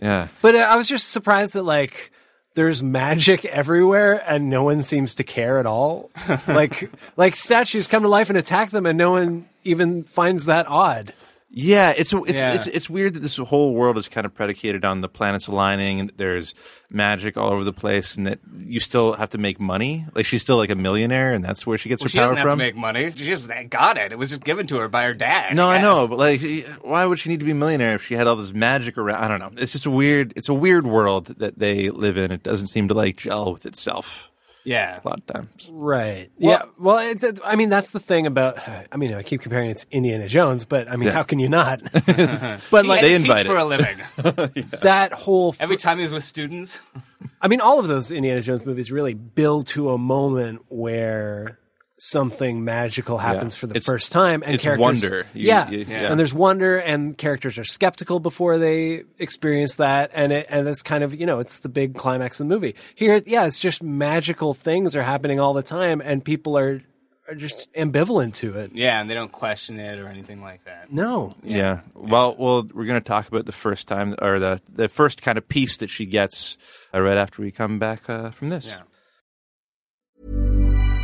[SPEAKER 6] Yeah.
[SPEAKER 7] but uh, I was just surprised that, like, there's magic everywhere and no one seems to care at all. like, like statues come to life and attack them and no one even finds that odd.
[SPEAKER 6] Yeah, it's it's
[SPEAKER 5] Yeah.
[SPEAKER 6] it's it's weird that this whole world is kind of predicated on the planets aligning and there's magic all over the place and that you still have to make money. Like she's still like a millionaire and that's where she gets
[SPEAKER 5] Well,
[SPEAKER 6] her
[SPEAKER 5] she
[SPEAKER 6] power
[SPEAKER 5] doesn't have
[SPEAKER 6] from.
[SPEAKER 5] to make money. She just got it. It was just given to her by her dad.
[SPEAKER 6] No, I
[SPEAKER 5] guess.
[SPEAKER 6] know, but like, why would she need to be a millionaire if she had all this magic around? I don't know. It's just a weird. It's a weird world that they live in. It doesn't seem to like gel with itself
[SPEAKER 5] Yeah.
[SPEAKER 6] a lot of times.
[SPEAKER 7] Right. yeah. Well, it, it- I mean, that's the thing about. I mean, I keep comparing it to Indiana Jones, but I mean,
[SPEAKER 6] Yeah.
[SPEAKER 7] how can you not? but like
[SPEAKER 6] They
[SPEAKER 5] Teach
[SPEAKER 6] invite
[SPEAKER 5] for
[SPEAKER 6] it.
[SPEAKER 5] a living.
[SPEAKER 7] that whole.
[SPEAKER 5] Every time he was with students.
[SPEAKER 7] I mean, all of those Indiana Jones movies really build to a moment where something magical happens
[SPEAKER 6] Yeah.
[SPEAKER 7] for the
[SPEAKER 6] It's-
[SPEAKER 7] first time, and
[SPEAKER 6] it's
[SPEAKER 7] characters.
[SPEAKER 6] wonder. You-
[SPEAKER 7] yeah.
[SPEAKER 6] you- yeah.
[SPEAKER 7] And there's wonder, and characters are skeptical before they experience that, and it and it's kind of you know it's the big climax of the movie. Here, yeah, it's just magical things are happening all the time, and people are. Are just ambivalent to it.
[SPEAKER 5] Yeah, and they don't question it or anything like that.
[SPEAKER 7] No.
[SPEAKER 6] Yeah. Well, well, we're going to talk about the first time or the the first kind of piece that she gets uh, right after we come back uh, from this.
[SPEAKER 5] Yeah.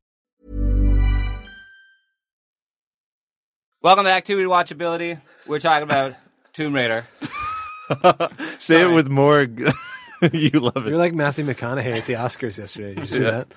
[SPEAKER 5] Welcome back to Rewatchability. We're talking about Tomb Raider.
[SPEAKER 6] Say it with more. g- you love it.
[SPEAKER 7] You're like Matthew McConaughey at the Oscars yesterday. Did you see that?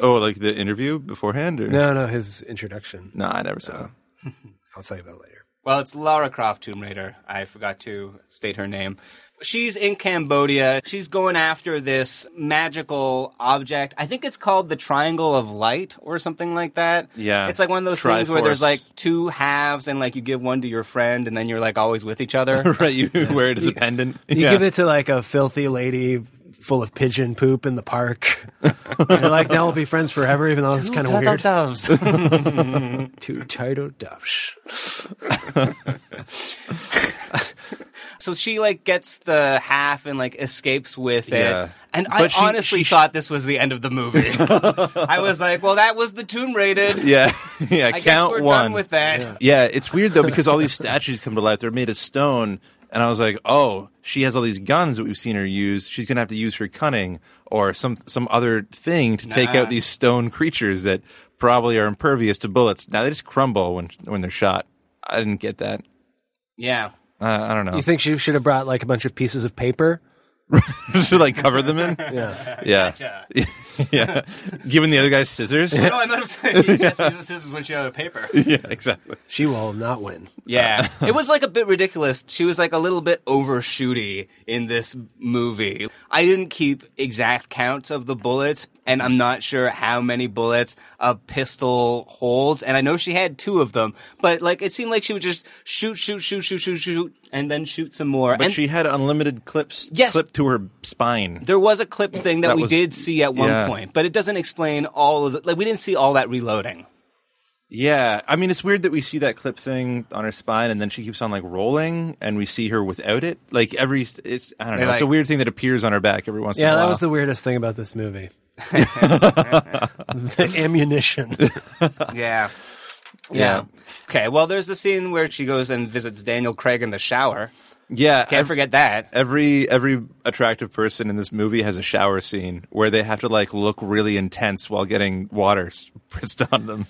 [SPEAKER 6] oh, like the interview beforehand, or
[SPEAKER 7] No, no, his introduction.
[SPEAKER 6] No, I never saw. that.
[SPEAKER 7] I'll tell you about it later.
[SPEAKER 5] Well, it's Lara Croft Tomb Raider. I forgot to state her name. She's in Cambodia. She's going after this magical object. I think it's called the Triangle of Light or something like that.
[SPEAKER 6] Yeah.
[SPEAKER 5] It's like one of those things where there's
[SPEAKER 6] Triforce.
[SPEAKER 5] like two halves and like you give one to your friend and then you're like always with each other.
[SPEAKER 6] right, you wear it as a pendant.
[SPEAKER 7] You
[SPEAKER 6] Yeah.
[SPEAKER 7] give it to like a filthy lady full of pigeon poop in the park. and you're like, now we'll be friends forever, even though it's kind of weird. Two turtle doves.
[SPEAKER 5] So she like gets the half and like escapes with it.
[SPEAKER 6] Yeah.
[SPEAKER 5] And I
[SPEAKER 6] But she-
[SPEAKER 5] honestly
[SPEAKER 6] she-
[SPEAKER 5] thought this was the end of the movie. I was like, well, that was the Tomb Raided.
[SPEAKER 6] Yeah, yeah.
[SPEAKER 5] I
[SPEAKER 6] count
[SPEAKER 5] guess we're
[SPEAKER 6] one
[SPEAKER 5] done with that.
[SPEAKER 6] Yeah, it's weird though because all these statues come to life. They're made of stone, And I was like, oh, she has all these guns that we've seen her use. She's going to have to use her cunning or some, some other thing to take out these stone creatures that probably are impervious to bullets. Now they just crumble when, when they're shot. I didn't get that.
[SPEAKER 5] Yeah.
[SPEAKER 6] Uh, I don't know.
[SPEAKER 7] You think she should have brought like a bunch of pieces of paper?
[SPEAKER 6] to like cover them in?
[SPEAKER 7] Yeah.
[SPEAKER 6] Yeah. yeah. Giving the other guy scissors?
[SPEAKER 5] No, I meant saying he just uses scissors when she had a paper.
[SPEAKER 6] yeah, exactly.
[SPEAKER 7] She will not win.
[SPEAKER 5] Yeah.
[SPEAKER 6] Uh,
[SPEAKER 5] it was like a bit ridiculous. She was like a little bit overshooty in this movie. I didn't keep exact counts of the bullets, and I'm not sure how many bullets a pistol holds. And I know she had two of them, but like it seemed like she would just shoot, shoot, shoot, shoot, shoot, shoot, and then shoot some more.
[SPEAKER 6] But
[SPEAKER 5] and
[SPEAKER 6] she had unlimited clips
[SPEAKER 5] Yes.
[SPEAKER 6] clipped to her spine.
[SPEAKER 5] there was a clip thing that,
[SPEAKER 6] That
[SPEAKER 5] we
[SPEAKER 6] was-
[SPEAKER 5] did see at one
[SPEAKER 6] yeah.
[SPEAKER 5] point, but it doesn't explain all of the, like we didn't see all that reloading.
[SPEAKER 6] Yeah, I mean it's weird that we see that clip thing on her spine, and then she keeps on like rolling, and we see her without it. Like every, it's I don't know,
[SPEAKER 5] They,
[SPEAKER 6] it's a
[SPEAKER 5] like-
[SPEAKER 6] weird thing that appears on her back every once in
[SPEAKER 7] Yeah,
[SPEAKER 6] a while.
[SPEAKER 7] that was the weirdest thing about this movie. the ammunition.
[SPEAKER 5] Yeah.
[SPEAKER 6] Yeah.
[SPEAKER 5] Yeah. Okay. Well, there's the scene where she goes and visits Daniel Craig in the shower.
[SPEAKER 6] yeah.
[SPEAKER 5] Can't
[SPEAKER 6] ev-
[SPEAKER 5] forget that.
[SPEAKER 6] Every every attractive person in this movie has a shower scene where they have to like look really intense while getting water spritzed on them.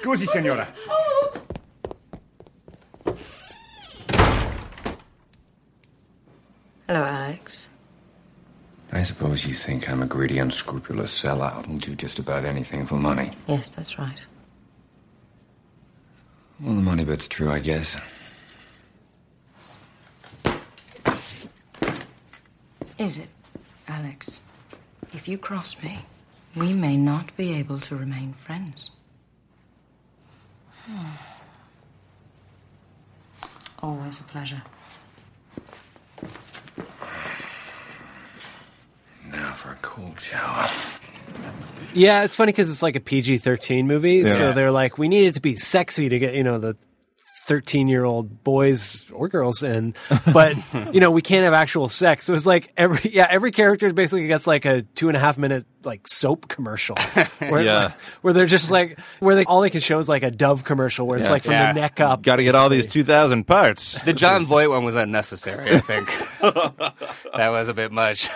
[SPEAKER 8] Scusi, signora.
[SPEAKER 4] Hello, Alex.
[SPEAKER 2] I suppose you think I'm a greedy, unscrupulous sellout who'll do just about anything for money.
[SPEAKER 4] Yes, that's right.
[SPEAKER 2] Well, the money bit's true, I guess.
[SPEAKER 4] Is it, Alex? If you cross me, we may not be able to remain friends. Hmm. Always a pleasure.
[SPEAKER 2] Now for a cold shower.
[SPEAKER 7] yeah, it's funny because it's like a PG 13 movie.
[SPEAKER 6] Yeah.
[SPEAKER 7] So they're like, we need it to be sexy to get, you know, the 13 year old boys or girls in. But, you know, we can't have actual sex. So it's like every, yeah, every character basically gets like a two and a half minute like soap commercial where,
[SPEAKER 6] Yeah.
[SPEAKER 7] where they're just like, where they all they can show is like a Dove commercial where it's
[SPEAKER 6] Yeah.
[SPEAKER 7] like from
[SPEAKER 5] Yeah.
[SPEAKER 7] the neck up.
[SPEAKER 6] Got to get all these two thousand parts.
[SPEAKER 5] The John Voight one was unnecessary. I think that was a bit much.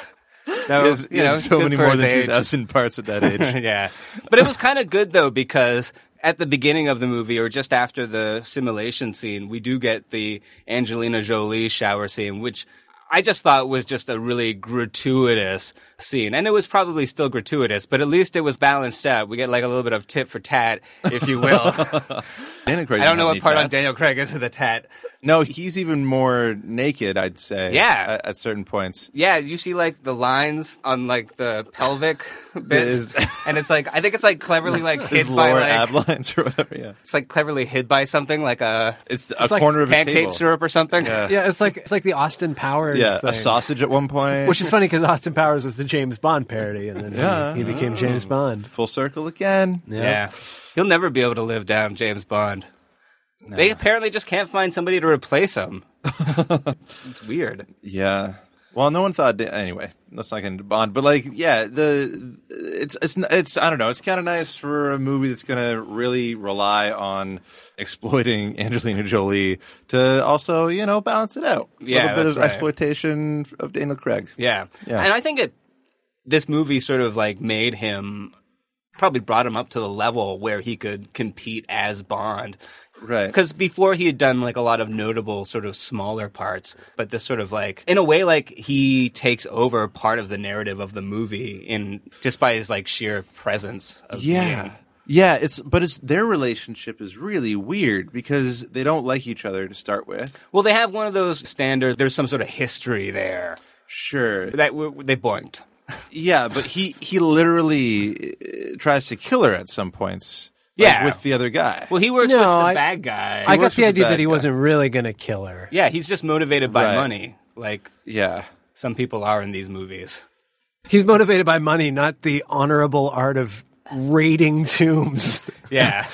[SPEAKER 5] That was,
[SPEAKER 6] There's,
[SPEAKER 5] you know,
[SPEAKER 6] so
[SPEAKER 5] good
[SPEAKER 6] many
[SPEAKER 5] for
[SPEAKER 6] more
[SPEAKER 5] his
[SPEAKER 6] than
[SPEAKER 5] age.
[SPEAKER 6] two thousand parts at that age.
[SPEAKER 5] yeah. But it was kind of good though because at the beginning of the movie or just after the simulation scene, we do get the Angelina Jolie shower scene, which I just thought was just a really gratuitous scene. And it was probably still gratuitous, but at least it was balanced out. We get like a little bit of tit for tat, if you will.
[SPEAKER 6] Daniel Craig
[SPEAKER 5] I don't
[SPEAKER 6] didn't have
[SPEAKER 5] know
[SPEAKER 6] any
[SPEAKER 5] what part on
[SPEAKER 6] tats.
[SPEAKER 5] Daniel Craig is in the tat.
[SPEAKER 6] No, he's even more naked. I'd say.
[SPEAKER 5] Yeah.
[SPEAKER 6] at, at certain points.
[SPEAKER 5] Yeah, you see like the lines on like the pelvic bits,
[SPEAKER 6] His-
[SPEAKER 5] and it's like I think it's like cleverly like
[SPEAKER 6] His
[SPEAKER 5] hid by
[SPEAKER 6] lower
[SPEAKER 5] like
[SPEAKER 6] ab lines or whatever. Yeah,
[SPEAKER 5] it's like cleverly hid by something like a
[SPEAKER 6] it's, a
[SPEAKER 7] It's like
[SPEAKER 6] corner of a
[SPEAKER 5] pancake
[SPEAKER 6] table.
[SPEAKER 5] syrup or something.
[SPEAKER 7] Yeah, it's like, it's like the Austin Powers.
[SPEAKER 6] Yeah,
[SPEAKER 7] thing.
[SPEAKER 6] a sausage at one point.
[SPEAKER 7] Which is funny because Austin Powers was the James Bond parody, and then he- he,
[SPEAKER 6] Oh.
[SPEAKER 7] became James Bond.
[SPEAKER 6] full circle again.
[SPEAKER 7] Yeah.
[SPEAKER 5] Yeah. He'll never be able to live down James Bond. They apparently just can't find somebody to replace him. it's weird.
[SPEAKER 6] Yeah. Well, no one thought da- anyway. Let's not get into Bond, but like, yeah, the it's it's it's I don't know. It's kind of nice for a movie that's going to really rely on exploiting Angelina Jolie to also you know balance it out.
[SPEAKER 5] Yeah,
[SPEAKER 6] a little bit
[SPEAKER 5] that's
[SPEAKER 6] of
[SPEAKER 5] right.
[SPEAKER 6] exploitation of Daniel Craig.
[SPEAKER 5] Yeah.
[SPEAKER 6] Yeah.
[SPEAKER 5] And I think it this movie sort of like made him probably brought him up to the level where he could compete as Bond.
[SPEAKER 6] Right.
[SPEAKER 5] Because before he had done like a lot of notable sort of smaller parts, but this sort of like in a way like he takes over part of the narrative of the movie in just by his like sheer presence. Of
[SPEAKER 6] yeah
[SPEAKER 5] being.
[SPEAKER 6] yeah it's but it's their relationship is really weird because they don't like each other to start with
[SPEAKER 5] Well, they have one of those standard. There's some sort of history there
[SPEAKER 6] sure
[SPEAKER 5] that w- they boinked.
[SPEAKER 6] yeah but he he literally uh, tries to kill her at some points like,
[SPEAKER 5] Yeah.
[SPEAKER 6] with the other guy
[SPEAKER 5] Well, he works
[SPEAKER 7] No,
[SPEAKER 5] with the
[SPEAKER 7] I-
[SPEAKER 5] bad guy.
[SPEAKER 7] I got
[SPEAKER 6] works
[SPEAKER 7] the
[SPEAKER 6] with
[SPEAKER 7] idea
[SPEAKER 6] the
[SPEAKER 7] that
[SPEAKER 6] bad
[SPEAKER 7] he
[SPEAKER 6] guy.
[SPEAKER 7] wasn't really going to kill her.
[SPEAKER 5] yeah, he's just motivated by
[SPEAKER 6] Right.
[SPEAKER 5] money, like
[SPEAKER 6] yeah
[SPEAKER 5] some people are in these movies.
[SPEAKER 7] He's motivated by money, not the honorable art of raiding tombs.
[SPEAKER 5] Yeah.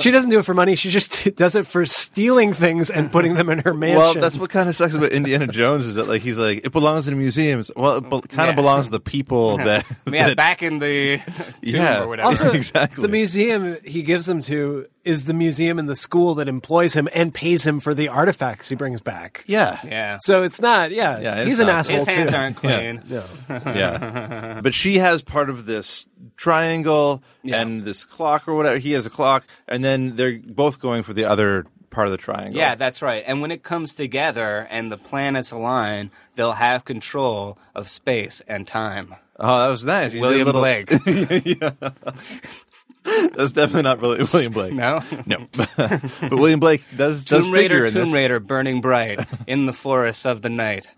[SPEAKER 7] she doesn't do it for money. She just does it for stealing things and putting them in her mansion.
[SPEAKER 6] Well, that's what kind of sucks about Indiana Jones is that like he's like it belongs in museums. Well, it kind
[SPEAKER 5] Yeah.
[SPEAKER 6] of belongs to the people that.
[SPEAKER 5] yeah,
[SPEAKER 6] that-
[SPEAKER 5] back in the tomb
[SPEAKER 6] Yeah.
[SPEAKER 5] or whatever.
[SPEAKER 7] Also,
[SPEAKER 6] Exactly.
[SPEAKER 7] the museum he gives them to is the museum and the school that employs him and pays him for the artifacts he brings back.
[SPEAKER 6] yeah,
[SPEAKER 5] yeah.
[SPEAKER 7] So it's not, yeah,
[SPEAKER 6] Yeah, it's
[SPEAKER 7] he's an
[SPEAKER 6] not-
[SPEAKER 7] asshole
[SPEAKER 5] His hands
[SPEAKER 7] too.
[SPEAKER 5] aren't clean. Yeah.
[SPEAKER 6] yeah. But she has part of this triangle and this clock or whatever. He has a clock, and then they're both going for the other part of the triangle.
[SPEAKER 5] that's right. And when it comes together and the planets align, they'll have control of space and time.
[SPEAKER 6] Oh, that was nice. You did a
[SPEAKER 5] William
[SPEAKER 6] little-
[SPEAKER 5] Blake.
[SPEAKER 6] That's definitely not really William Blake.
[SPEAKER 5] No?
[SPEAKER 6] no. but William Blake does does
[SPEAKER 5] Tomb
[SPEAKER 6] figure
[SPEAKER 5] Raider,
[SPEAKER 6] in
[SPEAKER 5] Tomb
[SPEAKER 6] this.
[SPEAKER 5] Raider, burning bright in the forests of the night.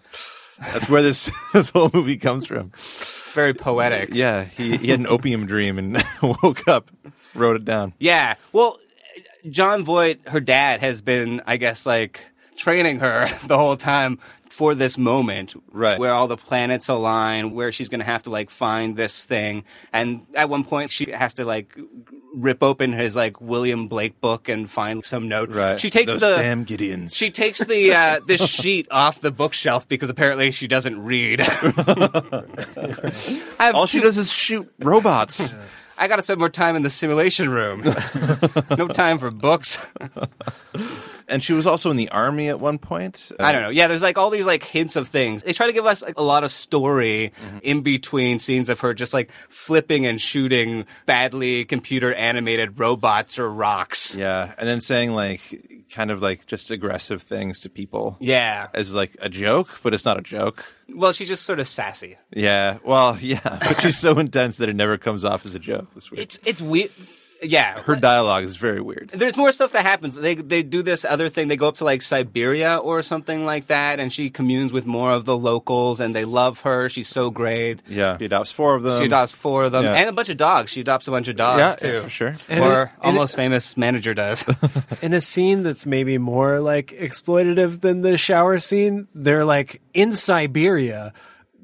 [SPEAKER 6] That's where this this whole movie comes from.
[SPEAKER 5] It's very poetic.
[SPEAKER 6] Yeah, he, he had an opium dream and woke up, wrote it down.
[SPEAKER 5] Yeah. Well, John Voight, her dad, has been, I guess, like training her the whole time for this moment,
[SPEAKER 6] Right.
[SPEAKER 5] Where all the planets align, where she's going to have to like find this thing, and at one point she has to like rip open his like William Blake book and find some note.
[SPEAKER 6] Right.
[SPEAKER 5] She takes
[SPEAKER 6] Those
[SPEAKER 5] the
[SPEAKER 6] damn Gideons.
[SPEAKER 5] She takes the uh, this sheet off the bookshelf because apparently she doesn't read. I've-
[SPEAKER 6] All she does is shoot robots.
[SPEAKER 5] I got to spend more time in the simulation room. no time for books.
[SPEAKER 6] and she was also in the army at one point. Uh,
[SPEAKER 5] I don't know. Yeah, there's like all these like hints of things. They try to give us like, a lot of story in between scenes of her just like flipping and shooting badly computer animated robots or rocks.
[SPEAKER 6] Yeah, and then saying like kind of like just aggressive things to people.
[SPEAKER 5] Yeah.
[SPEAKER 6] As like a joke, but it's not a joke.
[SPEAKER 5] Well, she's just sort of sassy.
[SPEAKER 6] Yeah. Well, yeah, but she's so intense that it never comes off as a joke. It's weird.
[SPEAKER 5] It's it's weird. Yeah.
[SPEAKER 6] Her dialogue is very weird.
[SPEAKER 5] there's more stuff that happens. They they do this other thing. They go up to like Siberia or something like that, and she communes with more of the locals, and they love her. She's so great.
[SPEAKER 6] Yeah. She adopts four of them.
[SPEAKER 5] She adopts four of them
[SPEAKER 6] Um, yeah.
[SPEAKER 5] and a bunch of dogs. She adopts a bunch of dogs
[SPEAKER 6] Yeah,
[SPEAKER 5] too,
[SPEAKER 6] yeah, for sure.
[SPEAKER 5] or
[SPEAKER 7] it- and it-
[SPEAKER 5] almost famous manager does.
[SPEAKER 7] in a scene that's maybe more like exploitative than the shower scene, they're like in Siberia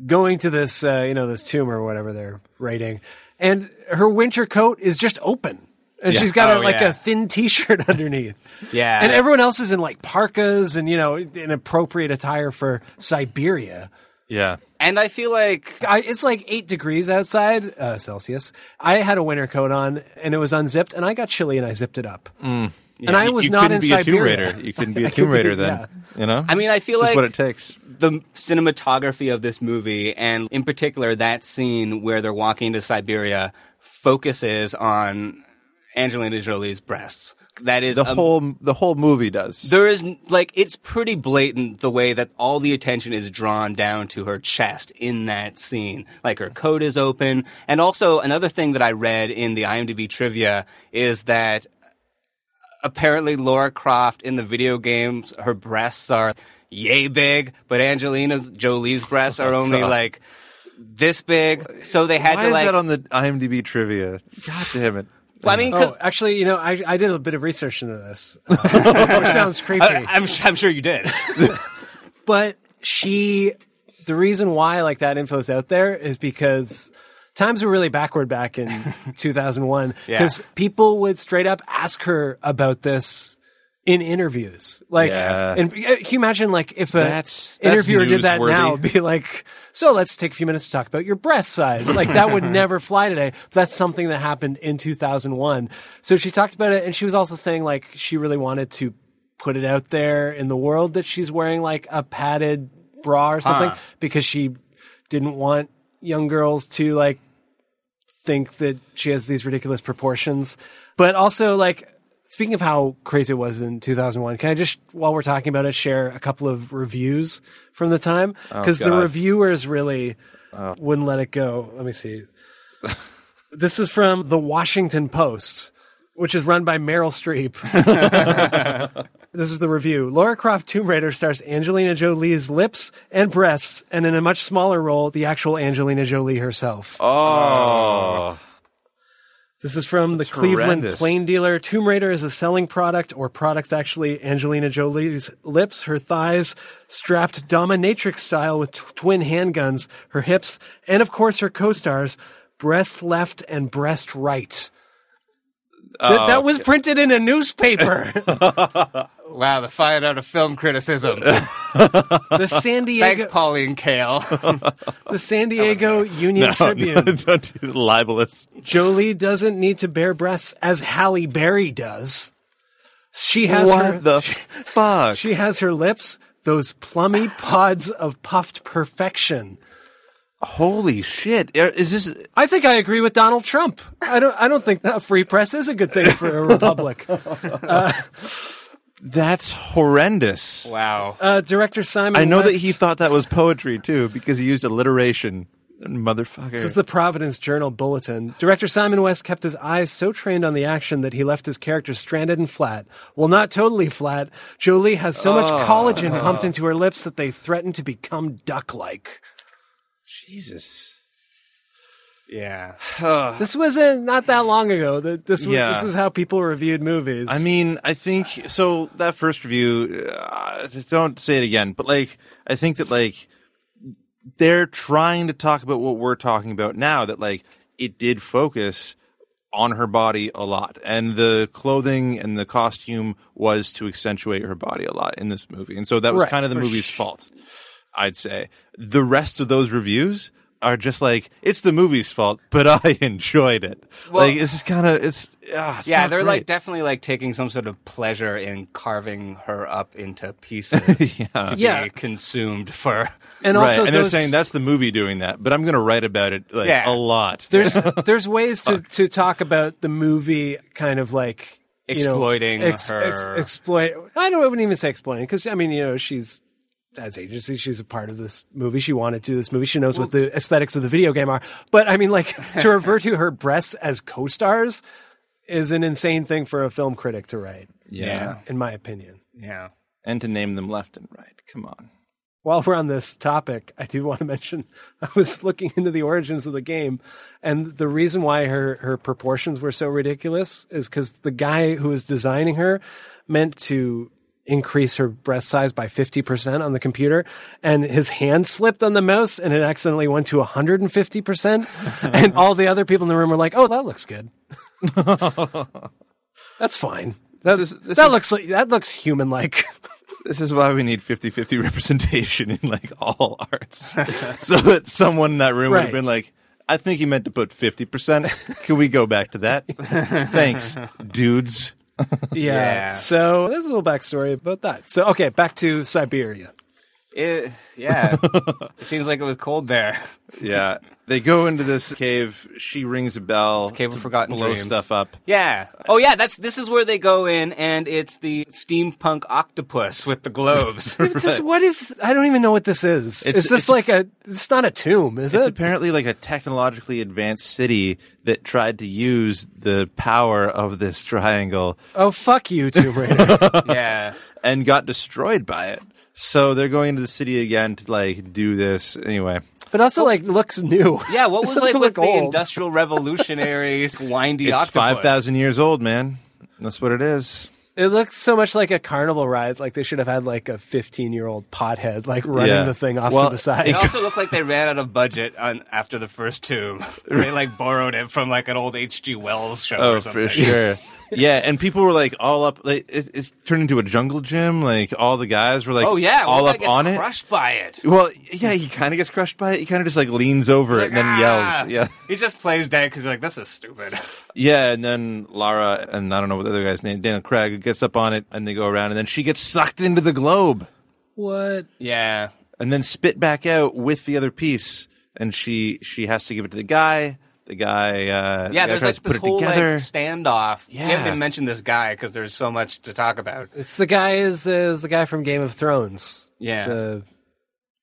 [SPEAKER 7] going to this, uh, you know, this tomb or whatever they're raiding. And her winter coat is just open. And
[SPEAKER 6] Yeah.
[SPEAKER 7] she's got
[SPEAKER 5] Oh,
[SPEAKER 7] a, like
[SPEAKER 5] yeah.
[SPEAKER 7] a thin t-shirt underneath.
[SPEAKER 5] Yeah.
[SPEAKER 7] And everyone else is in like parkas and, you know, an appropriate attire for Siberia.
[SPEAKER 6] Yeah.
[SPEAKER 5] and I feel like
[SPEAKER 7] I, it's like eight degrees outside uh, Celsius. I had a winter coat on and it was unzipped and I got chilly and I zipped it up. And I
[SPEAKER 6] You-
[SPEAKER 7] was
[SPEAKER 6] you
[SPEAKER 7] not
[SPEAKER 6] couldn't
[SPEAKER 7] in
[SPEAKER 6] be
[SPEAKER 7] Siberia.
[SPEAKER 6] a tomb raider. You couldn't be a tomb raider then. You know.
[SPEAKER 5] I mean, I feel
[SPEAKER 6] this
[SPEAKER 5] like
[SPEAKER 6] is what it takes.
[SPEAKER 5] the cinematography of this movie, and in particular that scene where they're walking to Siberia, focuses on Angelina Jolie's breasts. That is
[SPEAKER 6] The
[SPEAKER 5] a-
[SPEAKER 6] whole the whole movie does.
[SPEAKER 5] There is like it's pretty blatant the way that all the attention is drawn down to her chest in that scene. Like her coat is open, and also another thing that I read in the IMDb trivia is that apparently Laura Croft in the video games her breasts are yay big, but Angelina Jolie's breasts are only like this big. So they had
[SPEAKER 6] Why
[SPEAKER 5] to
[SPEAKER 6] is
[SPEAKER 5] like
[SPEAKER 6] that on the IMDb trivia? God damn it!
[SPEAKER 5] Well, I mean,
[SPEAKER 7] Oh,
[SPEAKER 5] 'cause-
[SPEAKER 7] actually, you know, I, I did a bit of research into this, uh, which sounds creepy.
[SPEAKER 5] I, I'm I'm sure you did.
[SPEAKER 7] but she, the reason why like that info's out there is because times were really backward back in 2001
[SPEAKER 5] Yeah.
[SPEAKER 7] because people would straight up ask her about this in interviews. Like,
[SPEAKER 6] Yeah.
[SPEAKER 7] and uh, can you imagine like if a
[SPEAKER 6] That's- that's
[SPEAKER 7] interviewer did that
[SPEAKER 6] newsworthy.
[SPEAKER 7] now, it'd be like, so let's take a few minutes to talk about your breast size. Like that would never fly today. But that's something that happened in 2001. So she talked about it and she was also saying like she really wanted to put it out there in the world that she's wearing like a padded bra or something because she didn't want young girls to like think that she has these ridiculous proportions. But also, like, speaking of how crazy it was in 2001, can I just, while we're talking about it, share a couple of reviews from the time? Because the
[SPEAKER 6] God.
[SPEAKER 7] reviewers really wouldn't let it go. Let me see. this is from the Washington Post, which is run by Meryl Streep. This is the review. Laura Croft Tomb Raider stars Angelina Jolie's lips and breasts, and in a much smaller role, the actual Angelina Jolie herself.
[SPEAKER 6] Oh,
[SPEAKER 7] This is from the
[SPEAKER 6] That's
[SPEAKER 7] Cleveland
[SPEAKER 6] horrendous.
[SPEAKER 7] Plain Dealer. Tomb Raider is a selling product or products actually Angelina Jolie's lips, her thighs, strapped dominatrix style with tw- twin handguns, her hips, and of course her co-stars, breast left and breast right.
[SPEAKER 5] Oh,
[SPEAKER 7] That- that was printed in a newspaper.
[SPEAKER 5] Wow, the fine art of film criticism.
[SPEAKER 7] the San Diego-
[SPEAKER 5] Thanks, Pauline Kael.
[SPEAKER 7] the San Diego Union
[SPEAKER 6] No,
[SPEAKER 7] Tribune.
[SPEAKER 6] no, don't do the libelous.
[SPEAKER 7] Jolie doesn't need to bare breasts as Halle Berry does. She has
[SPEAKER 6] What
[SPEAKER 7] her,
[SPEAKER 6] the fuck?
[SPEAKER 7] She has her lips, those plummy pods of puffed perfection.
[SPEAKER 6] Holy shit! Er, Is this?
[SPEAKER 7] I think I agree with Donald Trump. I don't. I don't think that free press is a good thing for a republic.
[SPEAKER 6] That's horrendous.
[SPEAKER 5] wow.
[SPEAKER 7] Uh, Director Simon.
[SPEAKER 6] I know that
[SPEAKER 7] West-
[SPEAKER 6] he thought that was poetry too because he used alliteration. Motherfucker.
[SPEAKER 7] This is the Providence Journal Bulletin. Director Simon West kept his eyes so trained on the action that he left his character stranded and flat. Well, not totally flat. Jolie has so much
[SPEAKER 6] Ah.
[SPEAKER 7] collagen pumped into her lips that they threaten to become duck like.
[SPEAKER 6] Jesus.
[SPEAKER 5] Yeah.
[SPEAKER 7] This was uh, not that long ago. Th- This, was,
[SPEAKER 6] Yeah.
[SPEAKER 7] this is how people reviewed movies.
[SPEAKER 6] I mean, I think so. That first review, uh, don't say it again, but like, I think that like they're trying to talk about what we're talking about now. That like it did focus on her body a lot, and the clothing and the costume was to accentuate her body a lot in this movie, and so that was
[SPEAKER 7] Right,
[SPEAKER 6] kind of the
[SPEAKER 7] for
[SPEAKER 6] movie's fault. I'd say the rest of those reviews are just like it's the movie's fault, but I enjoyed it.
[SPEAKER 5] Well-
[SPEAKER 6] like this is kind of it's ah, it's
[SPEAKER 5] yeah,
[SPEAKER 6] not
[SPEAKER 5] they're
[SPEAKER 6] great.
[SPEAKER 5] like definitely like taking some sort of pleasure in carving her up into pieces to be
[SPEAKER 7] Yeah.
[SPEAKER 5] consumed for.
[SPEAKER 7] and
[SPEAKER 6] right.
[SPEAKER 7] also
[SPEAKER 6] and
[SPEAKER 7] those-
[SPEAKER 6] they're saying that's the movie doing that, but I'm going to write about it like
[SPEAKER 5] Yeah.
[SPEAKER 6] a lot.
[SPEAKER 7] there's there's ways to, to talk about the movie kind of like you know,
[SPEAKER 5] Exploiting her.
[SPEAKER 7] exploit. I don't I wouldn't even say exploiting because I mean you know she's as agency she's a part of this movie. She wanted to do this movie. She knows what the aesthetics of the video game are. But I mean like to refer to her breasts as co-stars is an insane thing for a film critic to write,
[SPEAKER 5] Yeah.
[SPEAKER 7] in my opinion.
[SPEAKER 5] Yeah.
[SPEAKER 6] and to name them left and right. Come on.
[SPEAKER 7] While we're on this topic, I do want to mention I was looking into the origins of the game, and the reason why her, her proportions were so ridiculous is because the guy who was designing her meant to increase her breast size by 50% on the computer, and his hand slipped on the mouse and it accidentally went to 150%. and all the other people in the room were like, oh, that looks good. That's fine. That,
[SPEAKER 6] This is- this
[SPEAKER 7] that
[SPEAKER 6] is-
[SPEAKER 7] looks like that looks human like.
[SPEAKER 6] This is why we need 50-50 representation in like all arts. so that someone in that room would
[SPEAKER 7] Right.
[SPEAKER 6] have been like, I think he meant to put 50%. Can we go back to that? Thanks, dudes.
[SPEAKER 7] Yeah.
[SPEAKER 5] Yeah.
[SPEAKER 7] So there's a little backstory about that. So okay, back to Siberia.
[SPEAKER 5] It, yeah. it seems like it was cold there.
[SPEAKER 6] Yeah. They go into this cave. She rings a bell.
[SPEAKER 5] Cave of
[SPEAKER 6] to
[SPEAKER 5] Forgotten
[SPEAKER 6] blow
[SPEAKER 5] Dreams.
[SPEAKER 6] stuff up.
[SPEAKER 5] Yeah. Oh yeah, that's this is where they go in and it's the steampunk octopus with the globes.
[SPEAKER 7] Just what is? I don't even know what this is.
[SPEAKER 6] It's-
[SPEAKER 7] is this
[SPEAKER 6] it's-
[SPEAKER 7] like a? It's not a tomb, is
[SPEAKER 6] It's
[SPEAKER 7] it?
[SPEAKER 6] apparently like a technologically advanced city that tried to use the power of this triangle
[SPEAKER 7] oh fuck you, Tomb Raider.
[SPEAKER 5] yeah.
[SPEAKER 6] and got destroyed by it. So they're going into the city again to like do this anyway.
[SPEAKER 7] but also like looks new.
[SPEAKER 5] Yeah, what
[SPEAKER 7] It
[SPEAKER 5] was
[SPEAKER 7] doesn't
[SPEAKER 5] like with
[SPEAKER 7] look
[SPEAKER 5] the
[SPEAKER 7] old.
[SPEAKER 5] industrial revolutionaries windy
[SPEAKER 6] it's
[SPEAKER 5] octopus?
[SPEAKER 6] five thousand years old, man. That's what it is.
[SPEAKER 7] It looked so much like a carnival ride. Like they should have had like a 15 year old pothead like running
[SPEAKER 6] Yeah.
[SPEAKER 7] the thing off
[SPEAKER 6] Well,
[SPEAKER 7] to the side.
[SPEAKER 5] It also looked like they ran out of budget on, after the first tomb. They like borrowed it from like an old H.G. Wells show.
[SPEAKER 6] Oh,
[SPEAKER 5] or something.
[SPEAKER 6] for sure. yeah, and people were like all up. Like it, it turned into a jungle gym. Like all the guys were like,
[SPEAKER 5] Oh yeah,
[SPEAKER 6] all
[SPEAKER 5] one guy
[SPEAKER 6] up
[SPEAKER 5] gets
[SPEAKER 6] on
[SPEAKER 5] crushed by it.
[SPEAKER 6] it. Well, yeah, he kind of gets crushed by it. He kind of just like leans over it and then
[SPEAKER 5] Ah!
[SPEAKER 6] yells. Yeah.
[SPEAKER 5] he just plays dead because like this is stupid.
[SPEAKER 6] Yeah, and then Lara and I don't know what the other guy's name, Daniel Craig, gets up on it and they go around and then she gets sucked into the globe
[SPEAKER 7] what?
[SPEAKER 5] Yeah,
[SPEAKER 6] and then spit back out with the other piece and she she has to give it to the guy. The guy uh the
[SPEAKER 5] yeah.
[SPEAKER 6] guy
[SPEAKER 5] There's
[SPEAKER 6] tries
[SPEAKER 5] like
[SPEAKER 6] to
[SPEAKER 5] this
[SPEAKER 6] put
[SPEAKER 5] whole
[SPEAKER 6] it
[SPEAKER 5] like
[SPEAKER 6] together.
[SPEAKER 5] standoff.
[SPEAKER 6] Yeah.
[SPEAKER 5] you haven't even mentioned this guy because there's so much to talk about.
[SPEAKER 7] It's the guy is is the guy from Game of Thrones.
[SPEAKER 5] Yeah.
[SPEAKER 7] The,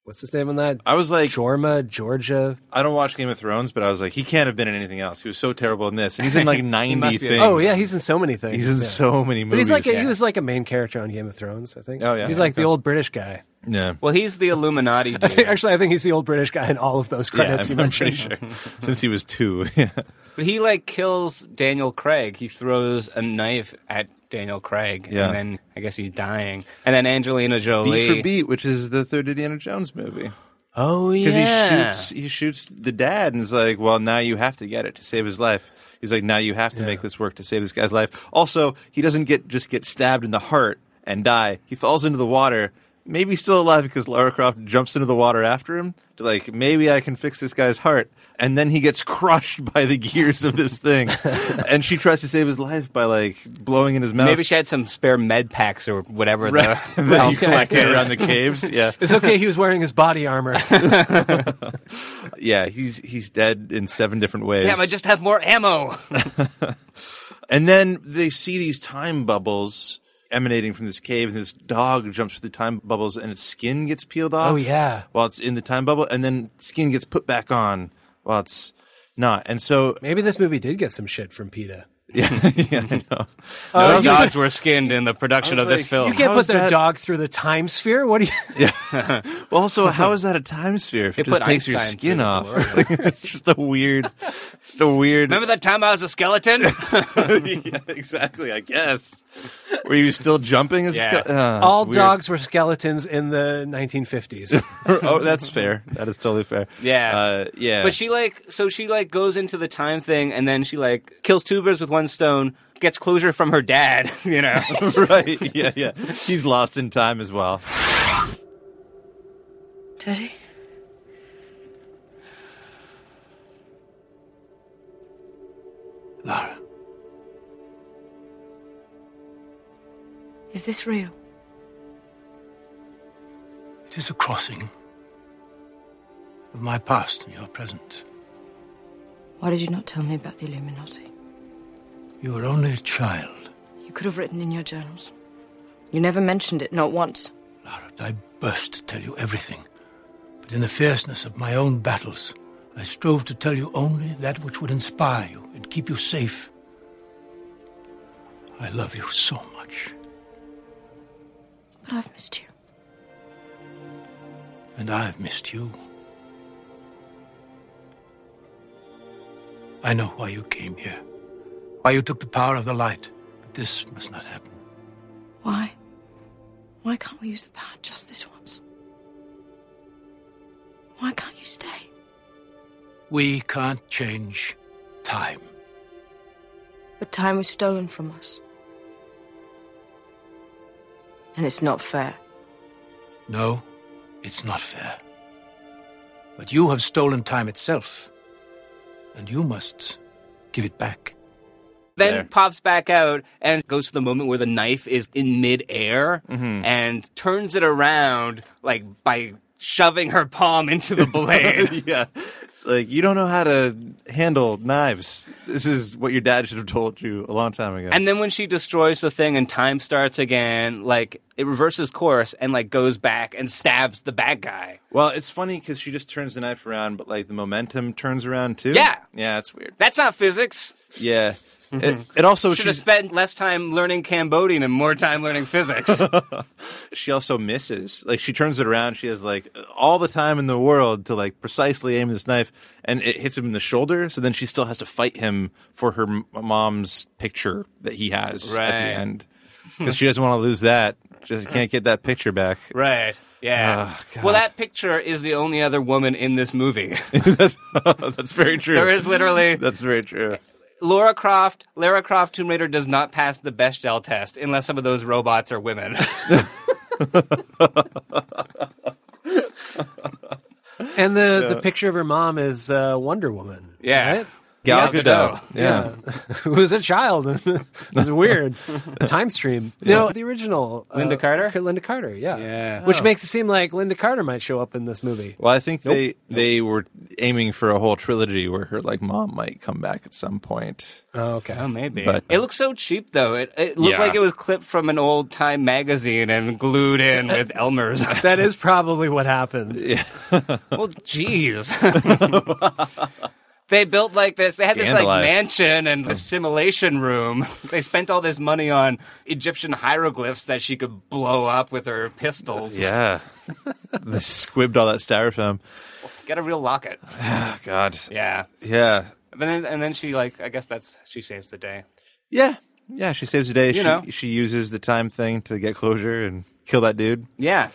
[SPEAKER 7] what's his name on that?
[SPEAKER 6] I was like
[SPEAKER 7] Jorma Georgia.
[SPEAKER 6] I don't watch Game of Thrones, but I was like, he can't have been in anything else. He was so terrible in this. And he's in like ninety
[SPEAKER 5] must be a-
[SPEAKER 6] things.
[SPEAKER 7] Oh yeah, he's in so many things.
[SPEAKER 6] he's in
[SPEAKER 7] Yeah.
[SPEAKER 6] so many
[SPEAKER 7] But
[SPEAKER 6] movies.
[SPEAKER 7] he's like a, he
[SPEAKER 5] yeah.
[SPEAKER 7] was like a main character on Game of Thrones, I think.
[SPEAKER 6] Oh, yeah.
[SPEAKER 7] he's
[SPEAKER 6] Yeah,
[SPEAKER 7] like the
[SPEAKER 6] okay.
[SPEAKER 7] old British guy.
[SPEAKER 6] yeah.
[SPEAKER 5] Well, he's the Illuminati dude.
[SPEAKER 7] Actually, I think he's the old British guy in all of those
[SPEAKER 6] yeah,
[SPEAKER 7] credits.
[SPEAKER 6] I'm,
[SPEAKER 7] you
[SPEAKER 6] I'm
[SPEAKER 7] mentioned.
[SPEAKER 6] pretty sure. Since he was two. Yeah.
[SPEAKER 5] But he like kills Daniel Craig. He throws a knife at Daniel Craig,
[SPEAKER 6] Yeah.
[SPEAKER 5] and then I guess he's dying. And then Angelina
[SPEAKER 6] Beat
[SPEAKER 5] Jolie.
[SPEAKER 6] for Beat, which is the third Indiana Jones movie.
[SPEAKER 7] Oh
[SPEAKER 6] Because
[SPEAKER 7] yeah.
[SPEAKER 6] he shoots, he shoots the dad, and is like, "Well, now you have to get it to save his life." He's like, "Now you have to make this work to save this guy's life." Also, he doesn't get just get stabbed in the heart and die. He falls into the water, maybe still alive because Lara Croft jumps into the water after him to like, maybe I can fix this guy's heart. And then he gets crushed by the gears of this thing, and she tries to save his life by like blowing in his mouth.
[SPEAKER 5] Maybe she had some spare med packs or whatever
[SPEAKER 6] Right.
[SPEAKER 5] the
[SPEAKER 6] That you
[SPEAKER 5] Okay.
[SPEAKER 6] collected around the caves. Yeah.
[SPEAKER 7] It's okay. He was wearing his body armor.
[SPEAKER 6] Yeah, he's he's dead in seven different ways.
[SPEAKER 5] Damn, I just have more ammo.
[SPEAKER 6] And then they see these time bubbles emanating from this cave, and this dog jumps through the time bubbles, and its skin gets peeled off.
[SPEAKER 7] Oh, yeah.
[SPEAKER 6] while it's in the time bubble, and then skin gets put back on while it's not. And so,
[SPEAKER 7] Maybe this movie did get some shit from PETA.
[SPEAKER 6] yeah, yeah I know.
[SPEAKER 5] No dogs were skinned in the production
[SPEAKER 6] I
[SPEAKER 5] of
[SPEAKER 6] was
[SPEAKER 5] this
[SPEAKER 6] like,
[SPEAKER 5] film.
[SPEAKER 7] You can't
[SPEAKER 6] How
[SPEAKER 7] put
[SPEAKER 6] is
[SPEAKER 7] their
[SPEAKER 6] that-
[SPEAKER 7] dog through the time sphere. What do you?
[SPEAKER 6] Well, also, how is that a time sphere if it,
[SPEAKER 5] It
[SPEAKER 6] just
[SPEAKER 5] put
[SPEAKER 6] takes your
[SPEAKER 5] Einstein
[SPEAKER 6] skin
[SPEAKER 5] through the
[SPEAKER 6] off? Like, it's just a weird, it's just a weird.
[SPEAKER 5] Remember that time I was a skeleton?
[SPEAKER 6] yeah, exactly. I guess. Were you still jumping? as a
[SPEAKER 5] Yeah.
[SPEAKER 6] sco- Ah, it's
[SPEAKER 7] All
[SPEAKER 6] weird.
[SPEAKER 7] dogs were skeletons in the 1950s.
[SPEAKER 6] oh, that's fair. That is totally fair.
[SPEAKER 5] Yeah.
[SPEAKER 6] Uh, yeah.
[SPEAKER 5] But she like so she like goes into the time thing and then she like kills two birds with one stone, gets closure from her dad, you know.
[SPEAKER 6] right. Yeah, yeah. He's lost in time as well.
[SPEAKER 4] Daddy?
[SPEAKER 3] Lara,
[SPEAKER 4] Is this real?
[SPEAKER 3] it is a crossing of my past and your present.
[SPEAKER 4] Why did you not tell me about the Illuminati?
[SPEAKER 3] You were only a child,
[SPEAKER 4] You could have written in your journals. You never mentioned it, not once.
[SPEAKER 3] Lara. and I burst to tell you everything. But in the fierceness of my own battles, I strove to tell you only that which would inspire you and keep you safe. I love you so much,
[SPEAKER 4] But I've missed you.
[SPEAKER 3] and I've missed you. I know why you came here, why you took the power of the light. But this must not happen.
[SPEAKER 4] Why? Why can't we use the power just this once? Why can't you stay?
[SPEAKER 3] We can't change time.
[SPEAKER 4] But time was stolen from us. And it's not fair.
[SPEAKER 3] No, it's not fair. But you have stolen time itself, and you must give it back.
[SPEAKER 5] then
[SPEAKER 6] There.
[SPEAKER 5] pops back out and goes to the moment where the knife is in midair
[SPEAKER 6] Mm-hmm.
[SPEAKER 5] and turns it around like by shoving her palm into the blade.
[SPEAKER 6] yeah. It's Like you don't know how to handle knives. This is what your dad should have told you a long time ago.
[SPEAKER 5] And then when she destroys the thing and time starts again, like it reverses course and like goes back and stabs the bad guy.
[SPEAKER 6] well, it's funny because she just turns the knife around, but like the momentum turns around too.
[SPEAKER 5] Yeah.
[SPEAKER 6] yeah, it's weird.
[SPEAKER 5] That's not physics.
[SPEAKER 6] Yeah, it, it also
[SPEAKER 5] Should have
[SPEAKER 6] she's,
[SPEAKER 5] spent less time learning Cambodian and more time learning physics.
[SPEAKER 6] she also misses. Like she turns it around, she has like all the time in the world to like precisely aim this knife, and it hits him in the shoulder. So then she still has to fight him for her m- mom's picture that he has at
[SPEAKER 5] Right.
[SPEAKER 6] the end because she doesn't want to lose that. Just can't get that picture back.
[SPEAKER 5] right. Yeah.
[SPEAKER 6] Oh, God.
[SPEAKER 5] well, that picture is the only other woman in this movie.
[SPEAKER 6] that's, that's very true.
[SPEAKER 5] there is literally
[SPEAKER 6] That's very true.
[SPEAKER 5] Laura Croft. Lara Croft Tomb Raider does not pass the Bechdel test unless some of those robots are women.
[SPEAKER 7] and the, the picture of her mom is uh, Wonder Woman.
[SPEAKER 5] Yeah.
[SPEAKER 7] Right?
[SPEAKER 6] Gal
[SPEAKER 5] Gal
[SPEAKER 6] Gadot.
[SPEAKER 5] Gadot.
[SPEAKER 6] Yeah.
[SPEAKER 7] Who was a child. it was weird. Time stream. You know, the original. uh,
[SPEAKER 5] Linda Carter?
[SPEAKER 7] Linda Carter, yeah.
[SPEAKER 5] Yeah.
[SPEAKER 6] Oh.
[SPEAKER 7] Which makes it seem like Linda Carter might show up in this movie.
[SPEAKER 6] Well, I think they they were aiming for a whole trilogy where her like mom might come back at some point.
[SPEAKER 7] Oh, okay.
[SPEAKER 5] Oh, maybe.
[SPEAKER 6] But-
[SPEAKER 5] it looks so cheap, though. It, it looked
[SPEAKER 6] Yeah.
[SPEAKER 5] like it was clipped from an old time magazine and glued in with Elmer's.
[SPEAKER 7] That is probably what happened.
[SPEAKER 6] Oh,
[SPEAKER 5] well, jeez. they built like this. They had this like
[SPEAKER 6] Scandalized. Oh.
[SPEAKER 5] mansion and assimilation room. They spent all this money on Egyptian hieroglyphs that she could blow up with her pistols.
[SPEAKER 6] Yeah. they squibbed all that styrofoam.
[SPEAKER 5] Get a real locket.
[SPEAKER 6] Oh, God.
[SPEAKER 5] Yeah.
[SPEAKER 6] Yeah.
[SPEAKER 5] And then, and then she like I guess that's she saves the day.
[SPEAKER 6] Yeah. Yeah. She saves the day. she,
[SPEAKER 5] know.
[SPEAKER 6] she uses the time thing to get closure and kill that dude.
[SPEAKER 5] Yeah.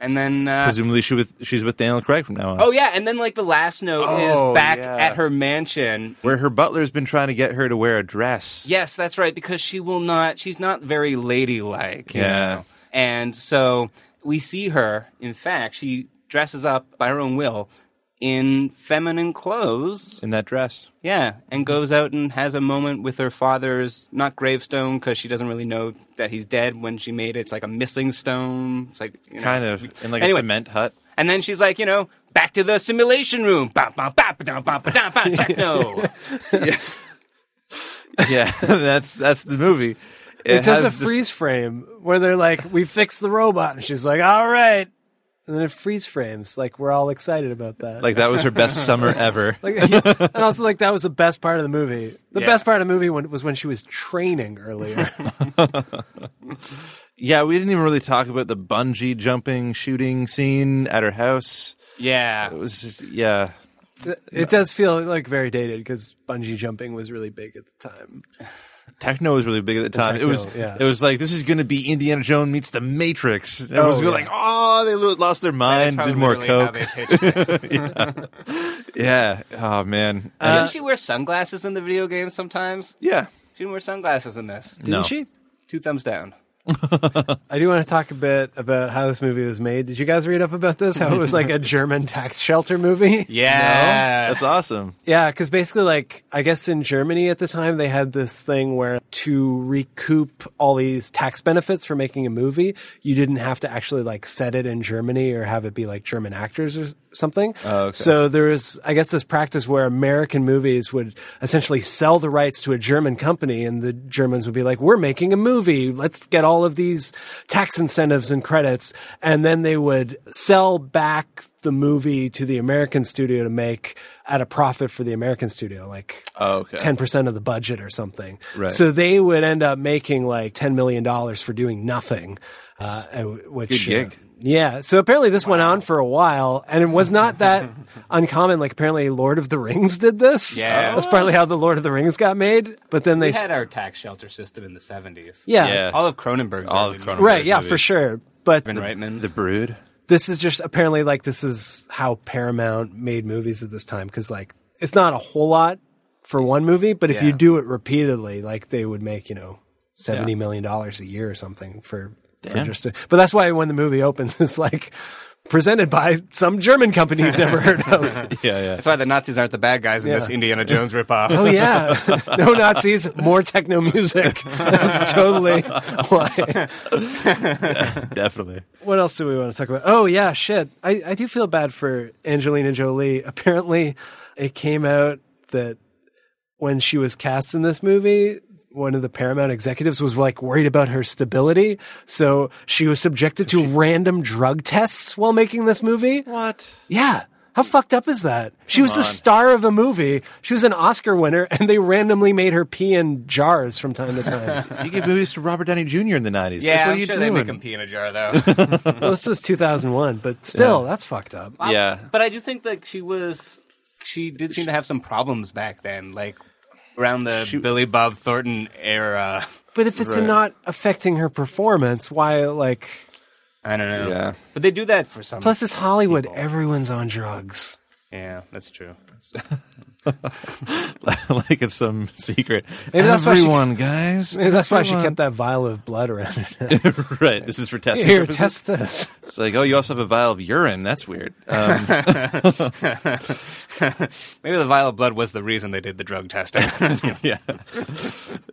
[SPEAKER 5] And then uh,
[SPEAKER 6] Presumably, she with she's with Daniel Craig from now on.
[SPEAKER 5] Oh yeah, and then like the last note
[SPEAKER 6] Oh,
[SPEAKER 5] is back
[SPEAKER 6] yeah.
[SPEAKER 5] at her mansion.
[SPEAKER 6] where her butler's been trying to get her to wear a dress.
[SPEAKER 5] Yes, that's right, because she will not she's not very ladylike. you
[SPEAKER 6] Yeah.
[SPEAKER 5] know? And so we see her, in fact, she dresses up by her own will in feminine clothes.
[SPEAKER 6] in that dress.
[SPEAKER 5] Yeah, and goes out and has a moment with her father's not gravestone because she doesn't really know that he's dead when she made it. It's like a missing stone. It's like you know,
[SPEAKER 6] Kind of in like
[SPEAKER 5] Anyway.
[SPEAKER 6] a cement hut.
[SPEAKER 5] And then she's like, you know, back to the simulation room. Bop, bop, bop, bop, bop, bop, bop, techno.
[SPEAKER 6] Yeah, that's that's the movie.
[SPEAKER 7] It, does a
[SPEAKER 6] has this-
[SPEAKER 7] freeze frame where they're like, "We fixed the robot," and she's like, "All right," and then it freeze frames. Like we're all excited about that.
[SPEAKER 6] like that was her best summer ever.
[SPEAKER 7] Like, and also like that was the best part of the movie. The
[SPEAKER 5] Yeah.
[SPEAKER 7] best part of the movie when, was when she was training earlier.
[SPEAKER 6] Yeah, we didn't even really talk about the bungee jumping shooting scene at her house.
[SPEAKER 5] yeah.
[SPEAKER 6] It was just, yeah.
[SPEAKER 7] it does feel like very dated because bungee jumping was really big at the time.
[SPEAKER 6] Techno was really big at the time.
[SPEAKER 7] techno,
[SPEAKER 6] it was
[SPEAKER 7] yeah.
[SPEAKER 6] it was like this is going to be Indiana Jones meets the Matrix. And Everyone's going
[SPEAKER 7] yeah.
[SPEAKER 6] like, "Oh, they lo- lost their
[SPEAKER 5] That's
[SPEAKER 6] mind,
[SPEAKER 5] probably
[SPEAKER 6] did more
[SPEAKER 5] literally
[SPEAKER 6] coke."
[SPEAKER 5] How they pitched it.
[SPEAKER 6] yeah. Oh man.
[SPEAKER 7] Uh,
[SPEAKER 6] And-
[SPEAKER 5] Didn't she wear sunglasses in the video game sometimes?
[SPEAKER 6] yeah.
[SPEAKER 5] She didn't wear sunglasses in this.
[SPEAKER 7] Didn't she?
[SPEAKER 5] Two thumbs down.
[SPEAKER 7] I do want to talk a bit about how this movie was made. Did you guys read up about this? How it was like a German tax shelter movie?
[SPEAKER 5] Yeah.
[SPEAKER 6] That's awesome.
[SPEAKER 7] Yeah, because basically, like, I guess in Germany at the time, they had this thing where to recoup all these tax benefits for making a movie, you didn't have to actually, like, set it in Germany or have it be, like, German actors or s- something. So there was, I guess, this practice where American movies would essentially sell the rights to a German company, and the Germans would be like, we're making a movie. Let's get all of these tax incentives and credits. And then they would sell back the movie to the American studio to make at a profit for the American studio, like
[SPEAKER 6] Oh, okay.
[SPEAKER 7] ten percent of the budget or something.
[SPEAKER 6] Right.
[SPEAKER 7] So they would end up making like ten million dollars for doing nothing, uh, uh, which
[SPEAKER 6] Good gig.
[SPEAKER 7] uh, yeah. So apparently this went on for a while, and it was not that uncommon. Like apparently Lord of the Rings did this.
[SPEAKER 5] Yeah.
[SPEAKER 7] that's partly how the Lord of the Rings got made. But then they
[SPEAKER 5] We had
[SPEAKER 7] s-
[SPEAKER 5] our tax shelter system in the 70s.
[SPEAKER 7] yeah,
[SPEAKER 6] Yeah.
[SPEAKER 5] All of Cronenberg's.
[SPEAKER 6] All of
[SPEAKER 5] early
[SPEAKER 6] Cronenberg's.
[SPEAKER 5] movies.
[SPEAKER 7] right yeah for
[SPEAKER 6] movies.
[SPEAKER 7] sure. But
[SPEAKER 5] Ivan Reitman's.
[SPEAKER 6] The brood.
[SPEAKER 7] this is just apparently like this is how Paramount made movies at this time because like it's not a whole lot for one movie, but if you
[SPEAKER 5] Yeah.
[SPEAKER 7] do it repeatedly, like they would make you know seventy million dollars a year or something for, for just. A, but that's why when the movie opens, it's like presented by some German company you've never heard of.
[SPEAKER 6] Yeah, yeah.
[SPEAKER 5] That's why the Nazis aren't the bad guys in
[SPEAKER 7] Yeah.
[SPEAKER 5] this Indiana Jones ripoff.
[SPEAKER 7] Oh yeah, no Nazis, more techno music. That's totally why.
[SPEAKER 6] Definitely.
[SPEAKER 7] what else do we want to talk about? Oh yeah, shit. I, I do feel bad for Angelina Jolie. Apparently, it came out that when she was cast in this movie, one of the Paramount executives was like worried about her stability, so she was subjected to random drug tests while making this movie.
[SPEAKER 6] What?
[SPEAKER 7] Yeah. How fucked up is that? She was the
[SPEAKER 6] on.
[SPEAKER 7] star of a movie. She was an Oscar winner, and they randomly made her pee in jars from time to time.
[SPEAKER 6] You gave movies to Robert Downey Jr. in the 90s.
[SPEAKER 5] Yeah,
[SPEAKER 6] Like, what
[SPEAKER 5] I'm
[SPEAKER 6] are you
[SPEAKER 5] sure
[SPEAKER 6] doing?
[SPEAKER 5] they make him pee in a jar, though.
[SPEAKER 7] well, this was 2001, but still, that's fucked up.
[SPEAKER 6] Yeah.
[SPEAKER 5] But I do think that she was, she did seem to have some problems back then, like around the Billy Bob Thornton era.
[SPEAKER 7] But if it's not affecting her performance, why like
[SPEAKER 5] I don't know.
[SPEAKER 6] Yeah.
[SPEAKER 5] But they do that for some.
[SPEAKER 7] plus it's Hollywood, everyone's on drugs.
[SPEAKER 5] yeah, that's true.
[SPEAKER 6] like it's some secret.
[SPEAKER 7] Maybe that's why she-
[SPEAKER 6] Everyone, guys.
[SPEAKER 7] Maybe that's why she kept that vial of blood around her. neck.
[SPEAKER 6] that. Right. This is for testing.
[SPEAKER 7] Here,
[SPEAKER 6] purposes.
[SPEAKER 7] test this.
[SPEAKER 6] It's like, oh, you also have a vial of urine. That's weird. Um,
[SPEAKER 5] Maybe the vial of blood was the reason they did the drug testing.
[SPEAKER 6] yeah.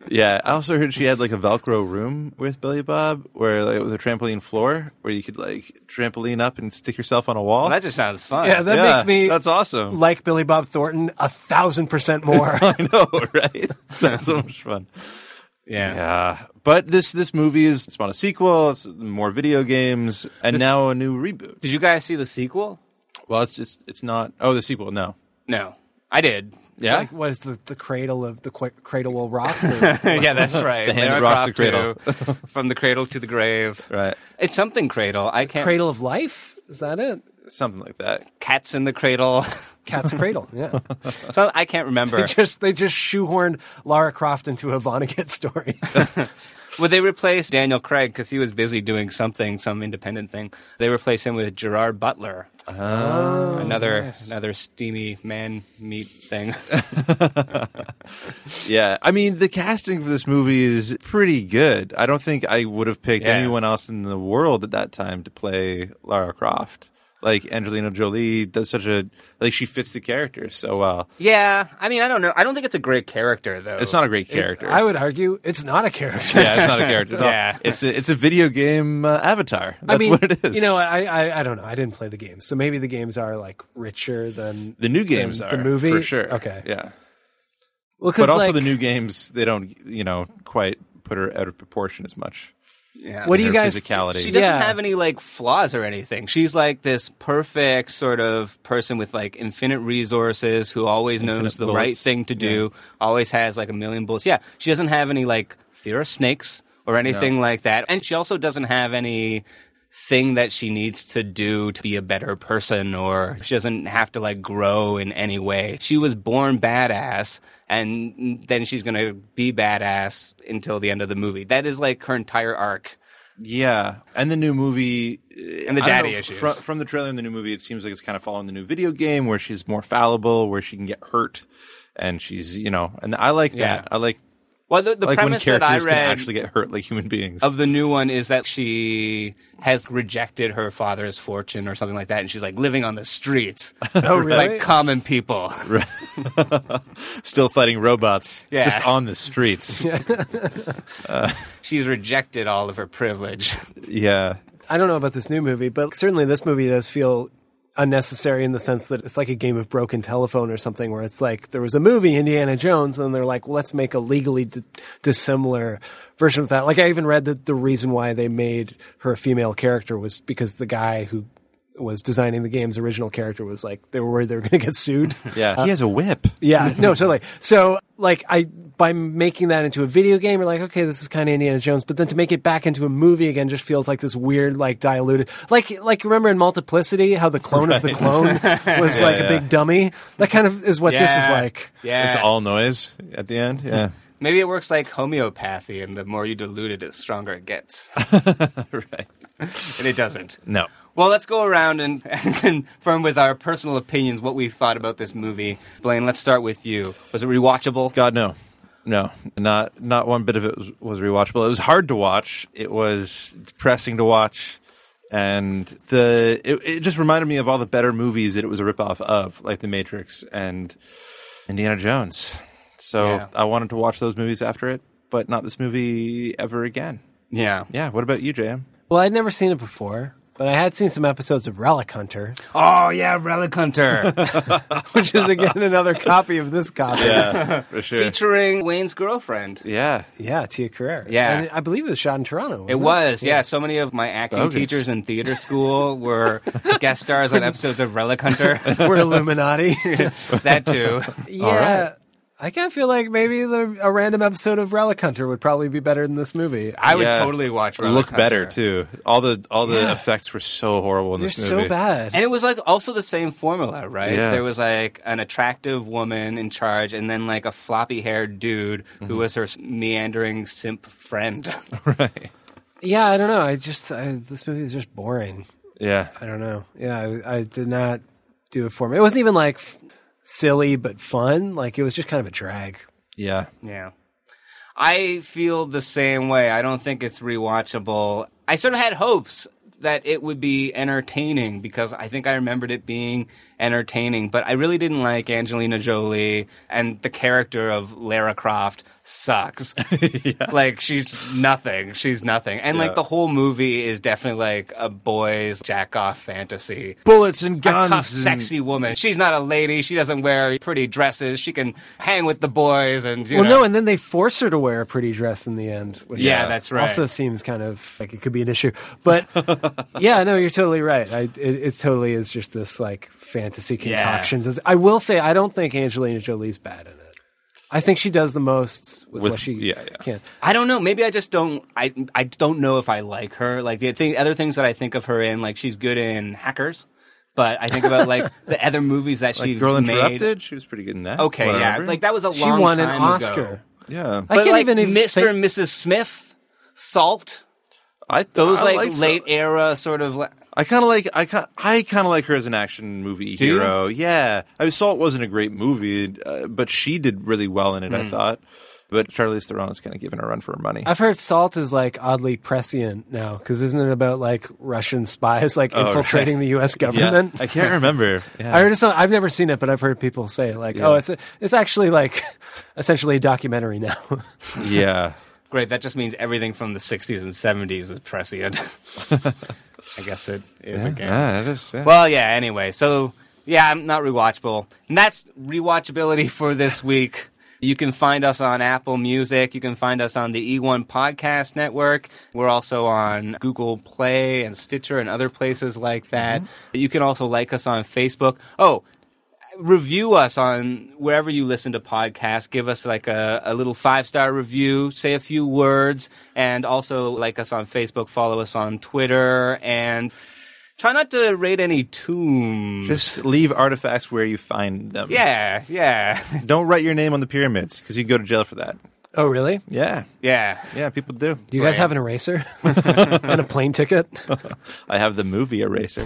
[SPEAKER 6] Yeah. I also heard she had like a Velcro room with Billy Bob where like, with a trampoline floor where you could like trampoline up and stick yourself on a wall.
[SPEAKER 5] well, that just sounds fun.
[SPEAKER 7] Oh. Yeah, that
[SPEAKER 6] Yeah,
[SPEAKER 7] makes me
[SPEAKER 6] That's awesome.
[SPEAKER 7] like Billy Bob Thornton a thousand percent more.
[SPEAKER 6] I know, right? Sounds so much fun.
[SPEAKER 5] yeah.
[SPEAKER 6] Yeah, but this this movie is it's on a sequel, it's more video games, and now a new reboot.
[SPEAKER 5] Did you guys see the sequel?
[SPEAKER 6] Well, it's just it's not. Oh, the sequel. No.
[SPEAKER 5] No, I did.
[SPEAKER 6] Yeah.
[SPEAKER 7] Like, what is the, the cradle of the qu- cradle will rock? Or-
[SPEAKER 5] yeah, that's right.
[SPEAKER 6] The hand
[SPEAKER 5] Lara
[SPEAKER 6] that rocks the
[SPEAKER 5] Croft too. From the cradle to the grave.
[SPEAKER 6] right.
[SPEAKER 5] It's something cradle. I can't.
[SPEAKER 7] cradle of life? Is that it?
[SPEAKER 6] Something like that.
[SPEAKER 5] Cats in the cradle.
[SPEAKER 7] Cat's cradle. Yeah.
[SPEAKER 5] so I can't remember.
[SPEAKER 7] They just they just shoehorned Lara Croft into a Vonnegut story.
[SPEAKER 5] Well, they replaced Daniel Craig because he was busy doing something, some independent thing. They replaced him with Gerard Butler.
[SPEAKER 6] Oh,
[SPEAKER 5] another
[SPEAKER 6] nice.
[SPEAKER 5] another steamy man meat thing.
[SPEAKER 6] Yeah, I mean the casting for this movie is pretty good. I don't think I would have picked
[SPEAKER 5] Yeah.
[SPEAKER 6] anyone else in the world at that time to play Lara Croft. Like Angelina Jolie does such a like she fits the character so well.
[SPEAKER 5] yeah, I mean, I don't know. I don't think it's a great character though.
[SPEAKER 6] It's not a great character.
[SPEAKER 7] I would argue it's not a character.
[SPEAKER 6] yeah, it's not a character. At all.
[SPEAKER 5] Yeah.
[SPEAKER 6] it's a, it's a video game uh, avatar. That's
[SPEAKER 7] I mean,
[SPEAKER 6] what it is.
[SPEAKER 7] You know, I, I I don't know. I didn't play the games, so maybe the games are like richer than
[SPEAKER 6] the new games
[SPEAKER 7] than
[SPEAKER 6] are
[SPEAKER 7] the movie
[SPEAKER 6] for sure.
[SPEAKER 7] Okay,
[SPEAKER 6] yeah,
[SPEAKER 7] well, 'cause,
[SPEAKER 6] but also
[SPEAKER 7] like,
[SPEAKER 6] the new games they don't you know quite put her out of proportion as much.
[SPEAKER 5] Yeah.
[SPEAKER 7] What do you
[SPEAKER 6] her
[SPEAKER 7] guys?
[SPEAKER 6] physicality.
[SPEAKER 5] She doesn't
[SPEAKER 7] Yeah.
[SPEAKER 5] have any like flaws or anything. She's like this perfect sort of person with like infinite resources who always knows
[SPEAKER 6] Infinite
[SPEAKER 5] the
[SPEAKER 6] bullets.
[SPEAKER 5] right thing to do, always has like a million bullets. Yeah, she doesn't have any like fear of snakes or anything like that. And she also doesn't have any thing that she needs to do to be a better person or she doesn't have to like grow in any way. She was born badass and then she's going to be badass until the end of the movie. That is like her entire arc.
[SPEAKER 6] Yeah, and the new movie
[SPEAKER 5] And the
[SPEAKER 6] I don't
[SPEAKER 5] daddy
[SPEAKER 6] know,
[SPEAKER 5] issues.
[SPEAKER 6] fro- From, the trailer and the new movie, it seems like it's kind of following the new video game where she's more fallible, where she can get hurt, and she's you know, and I like
[SPEAKER 5] Yeah.
[SPEAKER 6] that. I like
[SPEAKER 5] Well, the, the
[SPEAKER 6] like when
[SPEAKER 5] premise that I
[SPEAKER 6] characters
[SPEAKER 5] read
[SPEAKER 6] can actually get hurt like human beings.
[SPEAKER 5] of the new one is that she has rejected her father's fortune or something like that, and she's like living on the streets,
[SPEAKER 7] Oh, really?
[SPEAKER 5] like common people.
[SPEAKER 6] Still fighting robots,
[SPEAKER 5] Yeah.
[SPEAKER 6] just on the streets. yeah.
[SPEAKER 5] She's rejected all of her privilege.
[SPEAKER 7] I don't know about this new movie, but certainly this movie does feel unnecessary in the sense that it's like a game of broken telephone or something where it's like there was a movie Indiana Jones and they're like well, let's make a legally di- dissimilar version of that like I even read that the reason why they made her a female character was because the guy who was designing the game's original character was like they were worried they were going to get sued
[SPEAKER 6] yeah. he has a whip.
[SPEAKER 7] yeah, no, totally. So, like, I by making that into a video game, you're like, okay, this is kind of Indiana Jones, but then to make it back into a movie again just feels like this weird, like diluted, like, like remember in Multiplicity how the clone of the clone was like
[SPEAKER 6] yeah.
[SPEAKER 7] a big dummy. That kind of is what this is like.
[SPEAKER 5] Yeah,
[SPEAKER 6] It's all noise at the end. Yeah,
[SPEAKER 5] Maybe it works like homeopathy, and the more you dilute it, the stronger it gets.
[SPEAKER 6] right.
[SPEAKER 5] and it doesn't.
[SPEAKER 6] No.
[SPEAKER 5] Well, let's go around and, and confirm with our personal opinions what we thought about this movie. Blaine, let's start with you. Was it rewatchable?
[SPEAKER 6] God no, no, not not one bit of it was, was rewatchable. It was hard to watch. It was depressing to watch, and the it, it just reminded me of all the better movies that it was a ripoff of, like The Matrix and Indiana Jones. So
[SPEAKER 5] Yeah.
[SPEAKER 6] I wanted to watch those movies after it, but not this movie ever again.
[SPEAKER 5] Yeah.
[SPEAKER 6] Yeah. What about you, JM?
[SPEAKER 7] Well, I'd never seen it before, but I had seen some episodes of Relic Hunter,
[SPEAKER 5] Oh, yeah, Relic Hunter.
[SPEAKER 7] which is again another copy of this copy.
[SPEAKER 6] Yeah, for sure.
[SPEAKER 5] Featuring Wayne's girlfriend.
[SPEAKER 6] Yeah.
[SPEAKER 7] Yeah, Tia Carrere.
[SPEAKER 5] Yeah.
[SPEAKER 7] And I believe it was shot in Toronto. wasn't
[SPEAKER 5] It was, yeah. So many of my acting
[SPEAKER 6] Bogus.
[SPEAKER 5] teachers in theater school were guest stars on episodes of Relic Hunter.
[SPEAKER 7] We're Illuminati.
[SPEAKER 5] that too.
[SPEAKER 7] Yeah. I kind of feel like maybe the, a random episode of Relic Hunter would probably be better than this movie.
[SPEAKER 5] I would
[SPEAKER 6] Yeah.
[SPEAKER 5] totally watch Relic
[SPEAKER 6] Look
[SPEAKER 5] Hunter.
[SPEAKER 6] better too. All the all the effects were so horrible in
[SPEAKER 7] They're
[SPEAKER 6] this
[SPEAKER 7] so
[SPEAKER 6] movie.
[SPEAKER 7] bad.
[SPEAKER 5] And it was like also the same formula, right?
[SPEAKER 6] Yeah.
[SPEAKER 5] There was like an attractive woman in charge and then like a floppy haired dude
[SPEAKER 6] Mm-hmm.
[SPEAKER 5] who was her meandering simp friend.
[SPEAKER 7] yeah, I don't know. I just I, this movie is just boring.
[SPEAKER 6] Yeah.
[SPEAKER 7] I don't know. Yeah, I, I did not do it for me. It wasn't even like f- silly but fun. Like it was just kind of a drag.
[SPEAKER 6] Yeah.
[SPEAKER 5] Yeah. I feel the same way. I don't think it's rewatchable. I sort of had hopes that it would be entertaining because I think I remembered it being entertaining, but I really didn't like Angelina Jolie and the character of Lara Croft sucks. Like she's nothing. She's nothing. And like the whole movie is definitely like a boys jack off fantasy
[SPEAKER 6] Bullets and guns.
[SPEAKER 5] a tough,
[SPEAKER 6] and-
[SPEAKER 5] sexy woman. She's not a lady. She doesn't wear pretty dresses. She can hang with the boys and you
[SPEAKER 7] well,
[SPEAKER 5] know.
[SPEAKER 7] no, and then they force her to wear a pretty dress in the end. Which
[SPEAKER 5] Yeah, that's right.
[SPEAKER 7] Also seems kind of like it could be an issue, but yeah, no, you're totally right. I, it, it totally is just this like fantasy concoction. Does- I will say, I don't think Angelina Jolie's bad in it. I think she does the most with,
[SPEAKER 6] With-
[SPEAKER 7] what she
[SPEAKER 6] yeah, yeah.
[SPEAKER 7] can.
[SPEAKER 5] I don't know. Maybe I just don't. I I don't know if I like her. Like the thing, other things that I think of her in, like she's good in Hackers, but I think about like the other movies that
[SPEAKER 6] Like
[SPEAKER 5] she's
[SPEAKER 6] Girl
[SPEAKER 5] made.
[SPEAKER 6] Interrupted, she was pretty good in that.
[SPEAKER 5] Okay,
[SPEAKER 6] what I
[SPEAKER 5] yeah,
[SPEAKER 6] remember.
[SPEAKER 5] like that was a
[SPEAKER 7] She
[SPEAKER 5] long
[SPEAKER 7] won an
[SPEAKER 5] time ago.
[SPEAKER 7] Oscar.
[SPEAKER 6] yeah.
[SPEAKER 7] I
[SPEAKER 5] But
[SPEAKER 7] can't
[SPEAKER 5] like
[SPEAKER 7] even
[SPEAKER 5] Mr.
[SPEAKER 7] think-
[SPEAKER 5] and Mrs. Smith. Salt.
[SPEAKER 6] I
[SPEAKER 5] Those
[SPEAKER 6] I
[SPEAKER 5] like,
[SPEAKER 6] like Salt.
[SPEAKER 5] late era sort of. la-
[SPEAKER 6] I kind of like I kind I kind of like her as an action movie
[SPEAKER 5] you?
[SPEAKER 6] hero. Yeah, I mean, Salt wasn't a great movie, uh, but she did really well in it.
[SPEAKER 5] Hmm.
[SPEAKER 6] I thought, but Charlize Theron is kind of giving a run for her money.
[SPEAKER 7] I've heard Salt is like oddly prescient now because isn't it about like Russian spies like
[SPEAKER 6] Oh, right.
[SPEAKER 7] infiltrating the U.S. government?
[SPEAKER 6] Yeah, I can't remember. Yeah.
[SPEAKER 7] I heard some, I've never seen it, but I've heard people say like,
[SPEAKER 6] Yeah.
[SPEAKER 7] "Oh, it's it's actually like essentially a documentary now."
[SPEAKER 6] yeah.
[SPEAKER 5] Great. That just means everything from the 60s and 70s is prescient. I guess it is
[SPEAKER 6] Yeah,
[SPEAKER 5] again.
[SPEAKER 6] yeah, it is, yeah.
[SPEAKER 5] Well, yeah, anyway. So, yeah, I'm not rewatchable. And that's rewatchability for this week. You can find us on Apple Music. You can find us on the E1 Podcast Network. We're also on Google Play and Stitcher and other places like that. You can also like us on Facebook. Oh, review us on wherever you listen to podcasts. Give us like a, a little five star review, say a few words, and also like us on Facebook, follow us on Twitter, and try not to rate any tombs.
[SPEAKER 6] Just leave artifacts where you find them.
[SPEAKER 5] yeah, yeah,
[SPEAKER 6] Don't write your name on the pyramids because you can go to jail for that.
[SPEAKER 7] oh, really?
[SPEAKER 6] Yeah.
[SPEAKER 5] yeah.
[SPEAKER 6] Yeah, people do.
[SPEAKER 7] Do you guys
[SPEAKER 5] Right.
[SPEAKER 7] have an eraser and a plane ticket?
[SPEAKER 6] I have the movie Eraser.